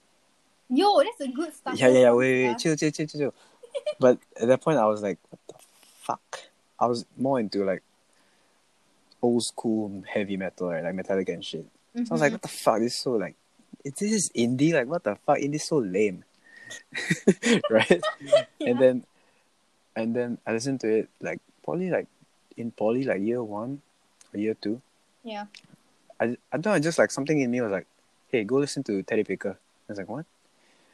Speaker 1: Yo, that's a good stuff.
Speaker 2: yeah, yeah, yeah. Wait, wait, wait. Chill, chill, chill, chill. chill. but at that point, I was like, what the fuck? I was more into like old school heavy metal, right? Like Metallica and shit.
Speaker 1: Mm-hmm.
Speaker 2: So I was like, what the fuck? This is so like, it- this is indie. Like, what the fuck? Indie's so lame, right? And then, and then I listened to it like probably like in poly like year one or year two.
Speaker 1: yeah,
Speaker 2: I, I don't know, just like something in me was like, hey, go listen to Teddy Picker. I was like, what?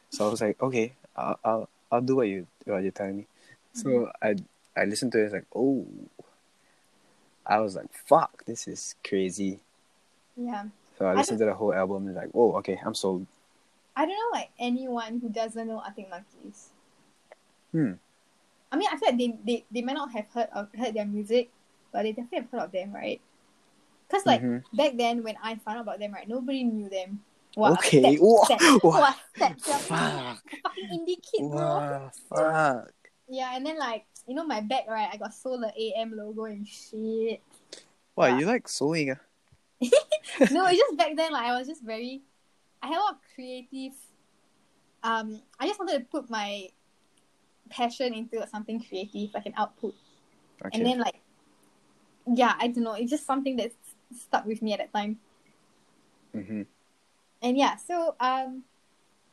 Speaker 2: So I was like, okay, I'll I'll, I'll do what you what you're telling me. So I I listened to it. It's like, oh, I was like, fuck, this is crazy.
Speaker 1: yeah.
Speaker 2: So I
Speaker 1: I
Speaker 2: listened to the whole album. And like, oh, okay, I'm sold.
Speaker 1: I don't know like anyone who doesn't know Arctic Monkeys.
Speaker 2: Hmm.
Speaker 1: I mean, I feel like they, they, they might not have heard of heard their music, but they definitely have heard of them, right? Because like
Speaker 2: Mhm.
Speaker 1: back then when I found out about them, right, nobody knew them. Wah,
Speaker 2: Okay.
Speaker 1: step,
Speaker 2: Wah,
Speaker 1: step.
Speaker 2: wah.
Speaker 1: Wah, step, step.
Speaker 2: Fuck.
Speaker 1: Fucking indie kid, bro.
Speaker 2: Wow. Fuck.
Speaker 1: Yeah, and then like you know my back right, I got solar AM logo and shit.
Speaker 2: Wow,
Speaker 1: Yeah.
Speaker 2: you like sewing? ah?
Speaker 1: no, it's just back then like I was just very, I had a lot of creative. Um, I just wanted to put my passion into something creative, like an output,
Speaker 2: Okay.
Speaker 1: and then like, yeah, I don't know, it's just something that s- stuck with me at that time.
Speaker 2: hmm
Speaker 1: And yeah, so um,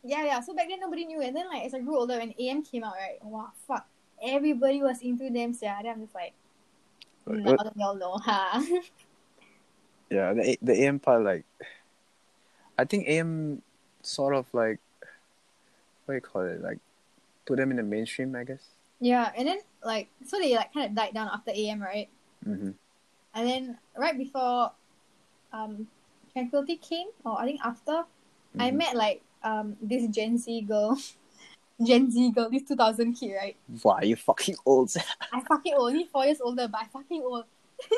Speaker 1: yeah, yeah. So back then nobody knew, and then like as I grew older, when AM came out, right? Wow, fuck, everybody was into them. So yeah, then I'm just like,
Speaker 2: Like,
Speaker 1: "Nah,
Speaker 2: what-
Speaker 1: y'all know, huh?
Speaker 2: Yeah, the A- the AM part, like, I think AM sort of like, what do you call it? Like, put them in the mainstream, I guess.
Speaker 1: yeah, and then like so they like kind of died down after AM, right?
Speaker 2: Mm-hmm.
Speaker 1: And then right before, um, Tranquility came, or I think after,
Speaker 2: mm-hmm.
Speaker 1: I
Speaker 2: Mm.
Speaker 1: met like um this Gen Z girl, Gen Z girl, this two thousand kid, right?
Speaker 2: Wow, you fucking old.
Speaker 1: I fucking old, only four years older, but I fucking old.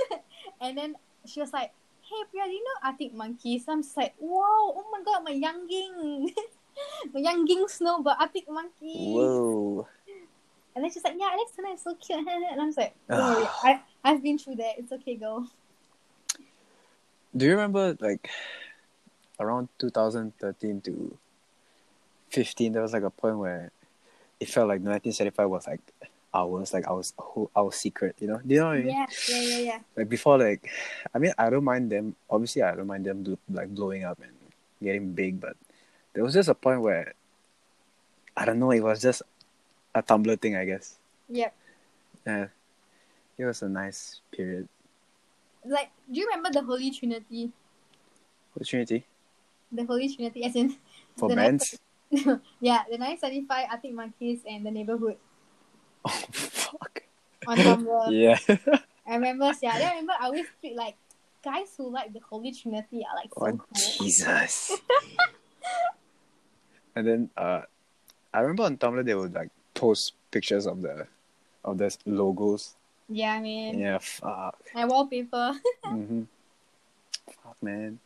Speaker 1: and then she was like, Hey Priya, do you know Arctic Monkeys? I'm just like, Wow, oh my god, my younging. my younging snow, but Arctic Monkeys.
Speaker 2: Whoa.
Speaker 1: And then she's like, Yeah, Alex Turner is so cute. and I'm just like, Don't worry, I, I've been through that. It's okay, girl.
Speaker 2: Do you remember like around 2013 to 15? There was like a point where it felt like 1975 was like ours, like our whole our secret. You know? Do you know what I mean?
Speaker 1: Yeah, yeah, yeah, yeah.
Speaker 2: like before like i mean i don't mind them obviously i don't mind them do, like blowing up and getting big but there was just a point where i don't know it was just a tumblr thing i guess
Speaker 1: Yep.
Speaker 2: yeah it was a nice period
Speaker 1: Like, do you remember the Holy Trinity?
Speaker 2: opportunity
Speaker 1: The Holy Trinity, as in,
Speaker 2: for
Speaker 1: The
Speaker 2: bands
Speaker 1: yeah, the 975 Arctic Monkeys and the neighborhood
Speaker 2: oh fuck
Speaker 1: on Tumblr.
Speaker 2: yeah
Speaker 1: I remember, yeah. Then I remember I always tweet like, guys who like the Holy Trinity are like so
Speaker 2: oh
Speaker 1: cool.
Speaker 2: jesus and then uh i remember on tumblr they would like post pictures of the of the logos
Speaker 1: Yeah, I mean,
Speaker 2: yeah fuck
Speaker 1: my wallpaper.
Speaker 2: hmm fuck man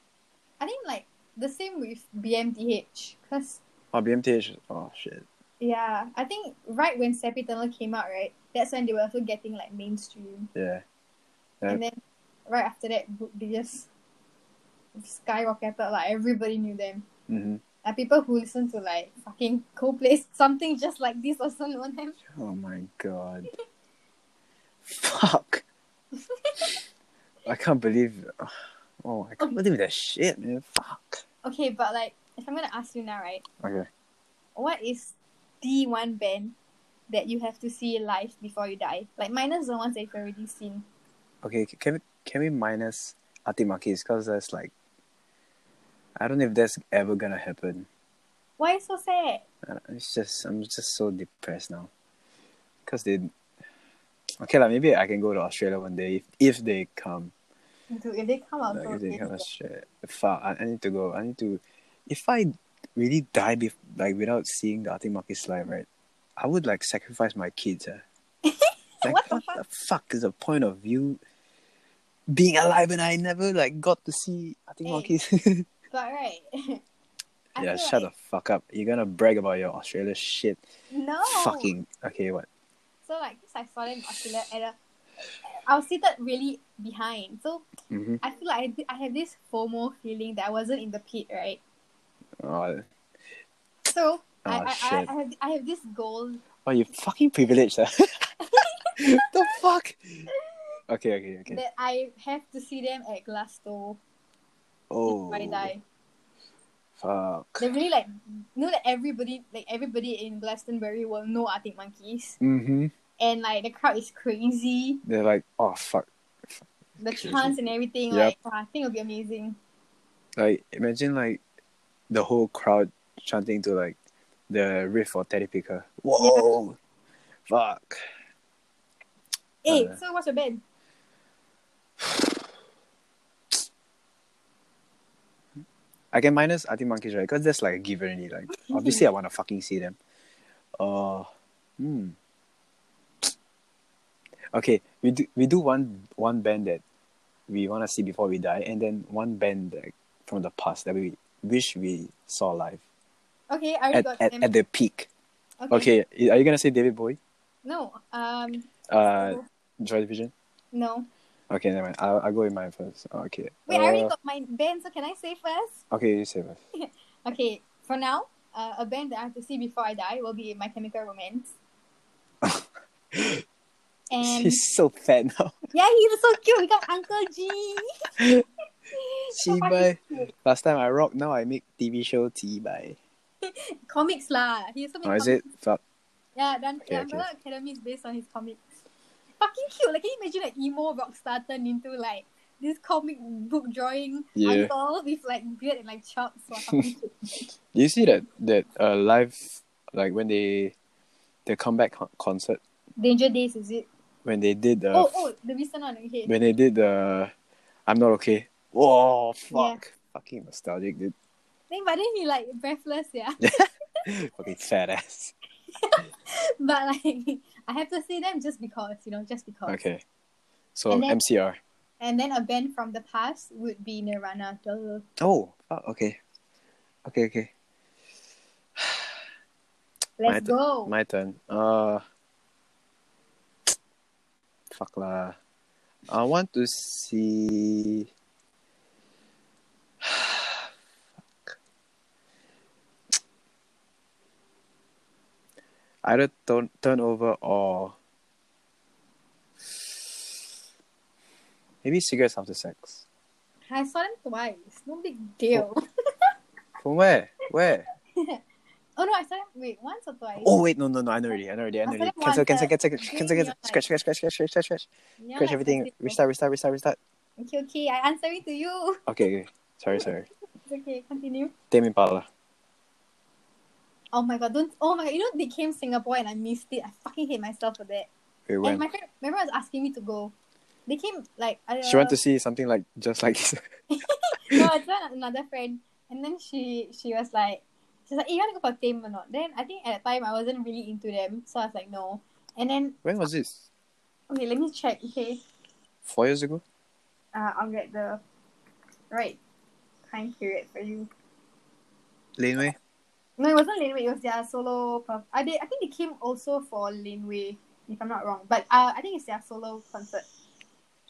Speaker 1: I think like the same with BMTH, cause
Speaker 2: Oh, BMTH. Oh, shit.
Speaker 1: yeah, I think right when Seppi Tunnel came out, right, that's when they were also getting like mainstream,
Speaker 2: Yeah.
Speaker 1: and then right after that, bo- they just skyrocketed. Like everybody knew them.
Speaker 2: hmm
Speaker 1: Like people who listen to like fucking Coldplay, something just like this also know them.
Speaker 2: Oh, my God. Fuck. I can't believe. Oh, I can't believe that shit, man. Fuck.
Speaker 1: Okay, but like if I'm gonna ask you now, right?
Speaker 2: Okay.
Speaker 1: what is the one band that you have to see live before you die? Like minus the ones that you've already seen.
Speaker 2: Okay, c- can we, can we minus Atimakis? Because that's like. I don't know if that's ever gonna happen.
Speaker 1: Why so sad?
Speaker 2: I don't- It's just I'm just so depressed now, cause they. Okay, like maybe I can go to Australia one day if if they come.
Speaker 1: Dude, if they come out,
Speaker 2: Like,
Speaker 1: so
Speaker 2: if they kind
Speaker 1: sad.
Speaker 2: of shit. Fuck, I, I need to go. I need to. If I really die, bef- like without seeing the Arctic Monkeys live, right? I would like sacrifice my kids. Eh? Like,
Speaker 1: What
Speaker 2: what
Speaker 1: the
Speaker 2: the fuck is the point of you being alive and I never like got to see Arctic
Speaker 1: Hey,
Speaker 2: Monkeys?
Speaker 1: but right. I
Speaker 2: yeah,
Speaker 1: feel
Speaker 2: shut
Speaker 1: like,
Speaker 2: the fuck up. You're gonna brag about your Australia shit.
Speaker 1: No.
Speaker 2: Fucking okay, what?
Speaker 1: So like, cause I saw them in Australia at a. uh, I was seated really behind, so
Speaker 2: Mm-hmm.
Speaker 1: I feel like I, did- I had this FOMO feeling that I wasn't in the pit, right?
Speaker 2: Oh,
Speaker 1: So I,
Speaker 2: Oh,
Speaker 1: I, I,
Speaker 2: shit.
Speaker 1: I have I have this goal.
Speaker 2: oh, you fucking privileged. Eh? the fuck. Okay, okay, okay.
Speaker 1: That I have to see them at Glasgow
Speaker 2: oh,
Speaker 1: before I die.
Speaker 2: fuck.
Speaker 1: They really like know that everybody like everybody in Glastonbury will know Arctic Monkeys.
Speaker 2: Mm-hmm.
Speaker 1: And like the crowd is crazy.
Speaker 2: They're like, oh fuck.
Speaker 1: The
Speaker 2: Crazy.
Speaker 1: chants and everything,
Speaker 2: Yep.
Speaker 1: like wow, I think it'll be amazing.
Speaker 2: Like imagine like the whole crowd chanting to like the riff or Teddy Picker. Whoa. Fuck.
Speaker 1: Hey,
Speaker 2: Uh,
Speaker 1: Eh, so what's your band?
Speaker 2: I can minus I think Monkeys right because that's like a given already. Like obviously I wanna fucking see them. Uh hmm. Okay, we do we do one one band that we want to see before we die, and then one band that, from the past that we wish we saw live
Speaker 1: Okay, I already
Speaker 2: at
Speaker 1: got
Speaker 2: at,
Speaker 1: them.
Speaker 2: at the peak. Okay, are you gonna say David Bowie?
Speaker 1: No. Um.
Speaker 2: Uh, Joy Division.
Speaker 1: No.
Speaker 2: Okay, never mind. I'll, I'll go with mine first. Okay.
Speaker 1: Wait,
Speaker 2: uh,
Speaker 1: I already got my band, so can I say first?
Speaker 2: Okay, you say first.
Speaker 1: Okay, for now, uh, a band that I have to see before I die will be My Chemical Romance. and
Speaker 2: She's so fat now.
Speaker 1: yeah, he's so cute. He got Uncle G.
Speaker 2: She by last time I rock, now I make TV show T by.
Speaker 1: comics lah. He also
Speaker 2: Oh,
Speaker 1: make
Speaker 2: is it? Fuck.
Speaker 1: Yeah, Dan
Speaker 2: Okay,
Speaker 1: the
Speaker 2: okay.
Speaker 1: Umbrella Academy is based on his comics. Fucking cute. Like, can you imagine like emo rock star turned into like this comic book drawing
Speaker 2: Yeah.
Speaker 1: uncle with like beard and like chops? Wow, fucking cute.
Speaker 2: Do you see that that uh live like when they the comeback con- concert
Speaker 1: Danger Days is it?
Speaker 2: when they did the
Speaker 1: oh, oh, the recent one. Okay.
Speaker 2: when they did the I'm not okay. Whoa, fuck. Fucking nostalgic, dude.
Speaker 1: Then, but then he like breathless, yeah.
Speaker 2: Fucking fat ass.
Speaker 1: but like, I have to say them just because you know, just because.
Speaker 2: Okay. So
Speaker 1: And then-
Speaker 2: MCR.
Speaker 1: And then a band from the past would be Nirvana. Duh.
Speaker 2: Oh, fuck. Okay. Okay, okay. My
Speaker 1: Let's
Speaker 2: turn.
Speaker 1: go.
Speaker 2: My turn. Uh, fuck lah. I want to see. Fuck. Either turn turnover or maybe cigarettes after sex.
Speaker 1: I saw them twice. No big deal.
Speaker 2: Oh. From where? Where?
Speaker 1: Oh no, I saw them wait once or twice.
Speaker 2: Oh wait, no, no, no! I know already. I know already. I know
Speaker 1: I
Speaker 2: already.
Speaker 1: said one,
Speaker 2: Cancel, cancel,
Speaker 1: but
Speaker 2: cancel, cancel,
Speaker 1: really
Speaker 2: cancel, cancel.
Speaker 1: not.
Speaker 2: Scratch, scratch, scratch, scratch, scratch, scratch.
Speaker 1: Yeah,
Speaker 2: Scratch
Speaker 1: like,
Speaker 2: everything.
Speaker 1: okay.
Speaker 2: Restart, restart, restart, restart.
Speaker 1: Okay, okay. I answering to you.
Speaker 2: Okay, okay. Sorry, sorry.
Speaker 1: It's okay. Continue.
Speaker 2: Tame Impala.
Speaker 1: Oh my god, don't. Oh my, you know they came Singapore and I missed it. I fucking hate myself for that.
Speaker 2: We
Speaker 1: And
Speaker 2: went.
Speaker 1: my friend, remember, was asking me to go. They came like. Uh,
Speaker 2: She wanted to see something like just like
Speaker 1: no, it's not another friend. And then she she was like, she's like, hey, you want to go for Tame or not? Then I think at that time I wasn't really into them, so I was like, no. And then
Speaker 2: when was this?
Speaker 1: okay, let me check. Okay,
Speaker 2: Four years ago.
Speaker 1: uh, I'll get the right time period for you.
Speaker 2: Laneway.
Speaker 1: No, it wasn't Linway. It was their solo. Perf- I did, I think they came also for Linway, if I'm not wrong. But uh, I think it's their solo concert.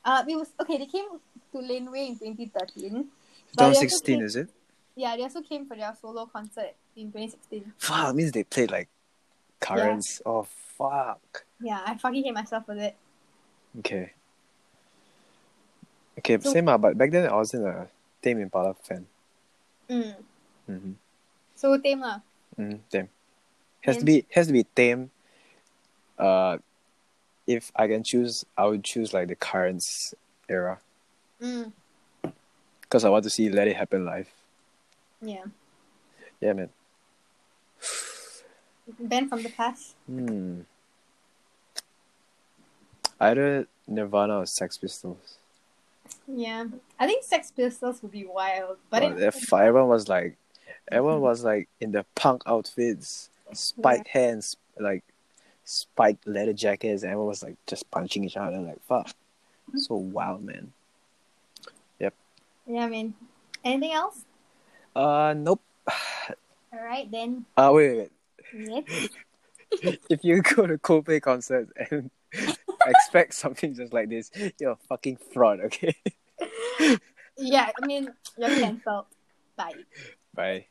Speaker 1: Uh, it was okay. They came to Linway in 2013. But they also
Speaker 2: 2016
Speaker 1: came-
Speaker 2: is it?
Speaker 1: Yeah, they also came for their solo concert in 2016.
Speaker 2: Fuck, means they played like currents. Oh fuck.
Speaker 1: Yeah, I fucking hate myself for that.
Speaker 2: Okay. Okay,
Speaker 1: So-
Speaker 2: same ah, but back then I wasn't a Tame Impala fan.
Speaker 1: Mm.
Speaker 2: Mm-hmm.
Speaker 1: So tame lah.
Speaker 2: Mm, tame. Has to
Speaker 1: Tame.
Speaker 2: be has to be tame. Uh, if I can choose, I would choose like the currents era
Speaker 1: Mm.
Speaker 2: because I want to see Let It Happen live.
Speaker 1: Yeah,
Speaker 2: Yeah, man.
Speaker 1: band from the past.
Speaker 2: Hmm. Either Nirvana or Sex Pistols.
Speaker 1: Yeah, I think Sex Pistols would be wild, but it,
Speaker 2: But if everyone was like, everyone was like in the punk outfits, spiked hands, like spiked leather jackets, and everyone was like just punching each other. Like fuck, so wild, man.
Speaker 1: yeah, I mean, anything else?
Speaker 2: Uh, nope.
Speaker 1: All right then.
Speaker 2: Uh, wait, wait, wait.
Speaker 1: Yes.
Speaker 2: if you go to Coldplay concerts and expect something just like this, you're a fucking fraud, okay?
Speaker 1: Yeah, I mean, you're cancelled. Bye.
Speaker 2: Bye.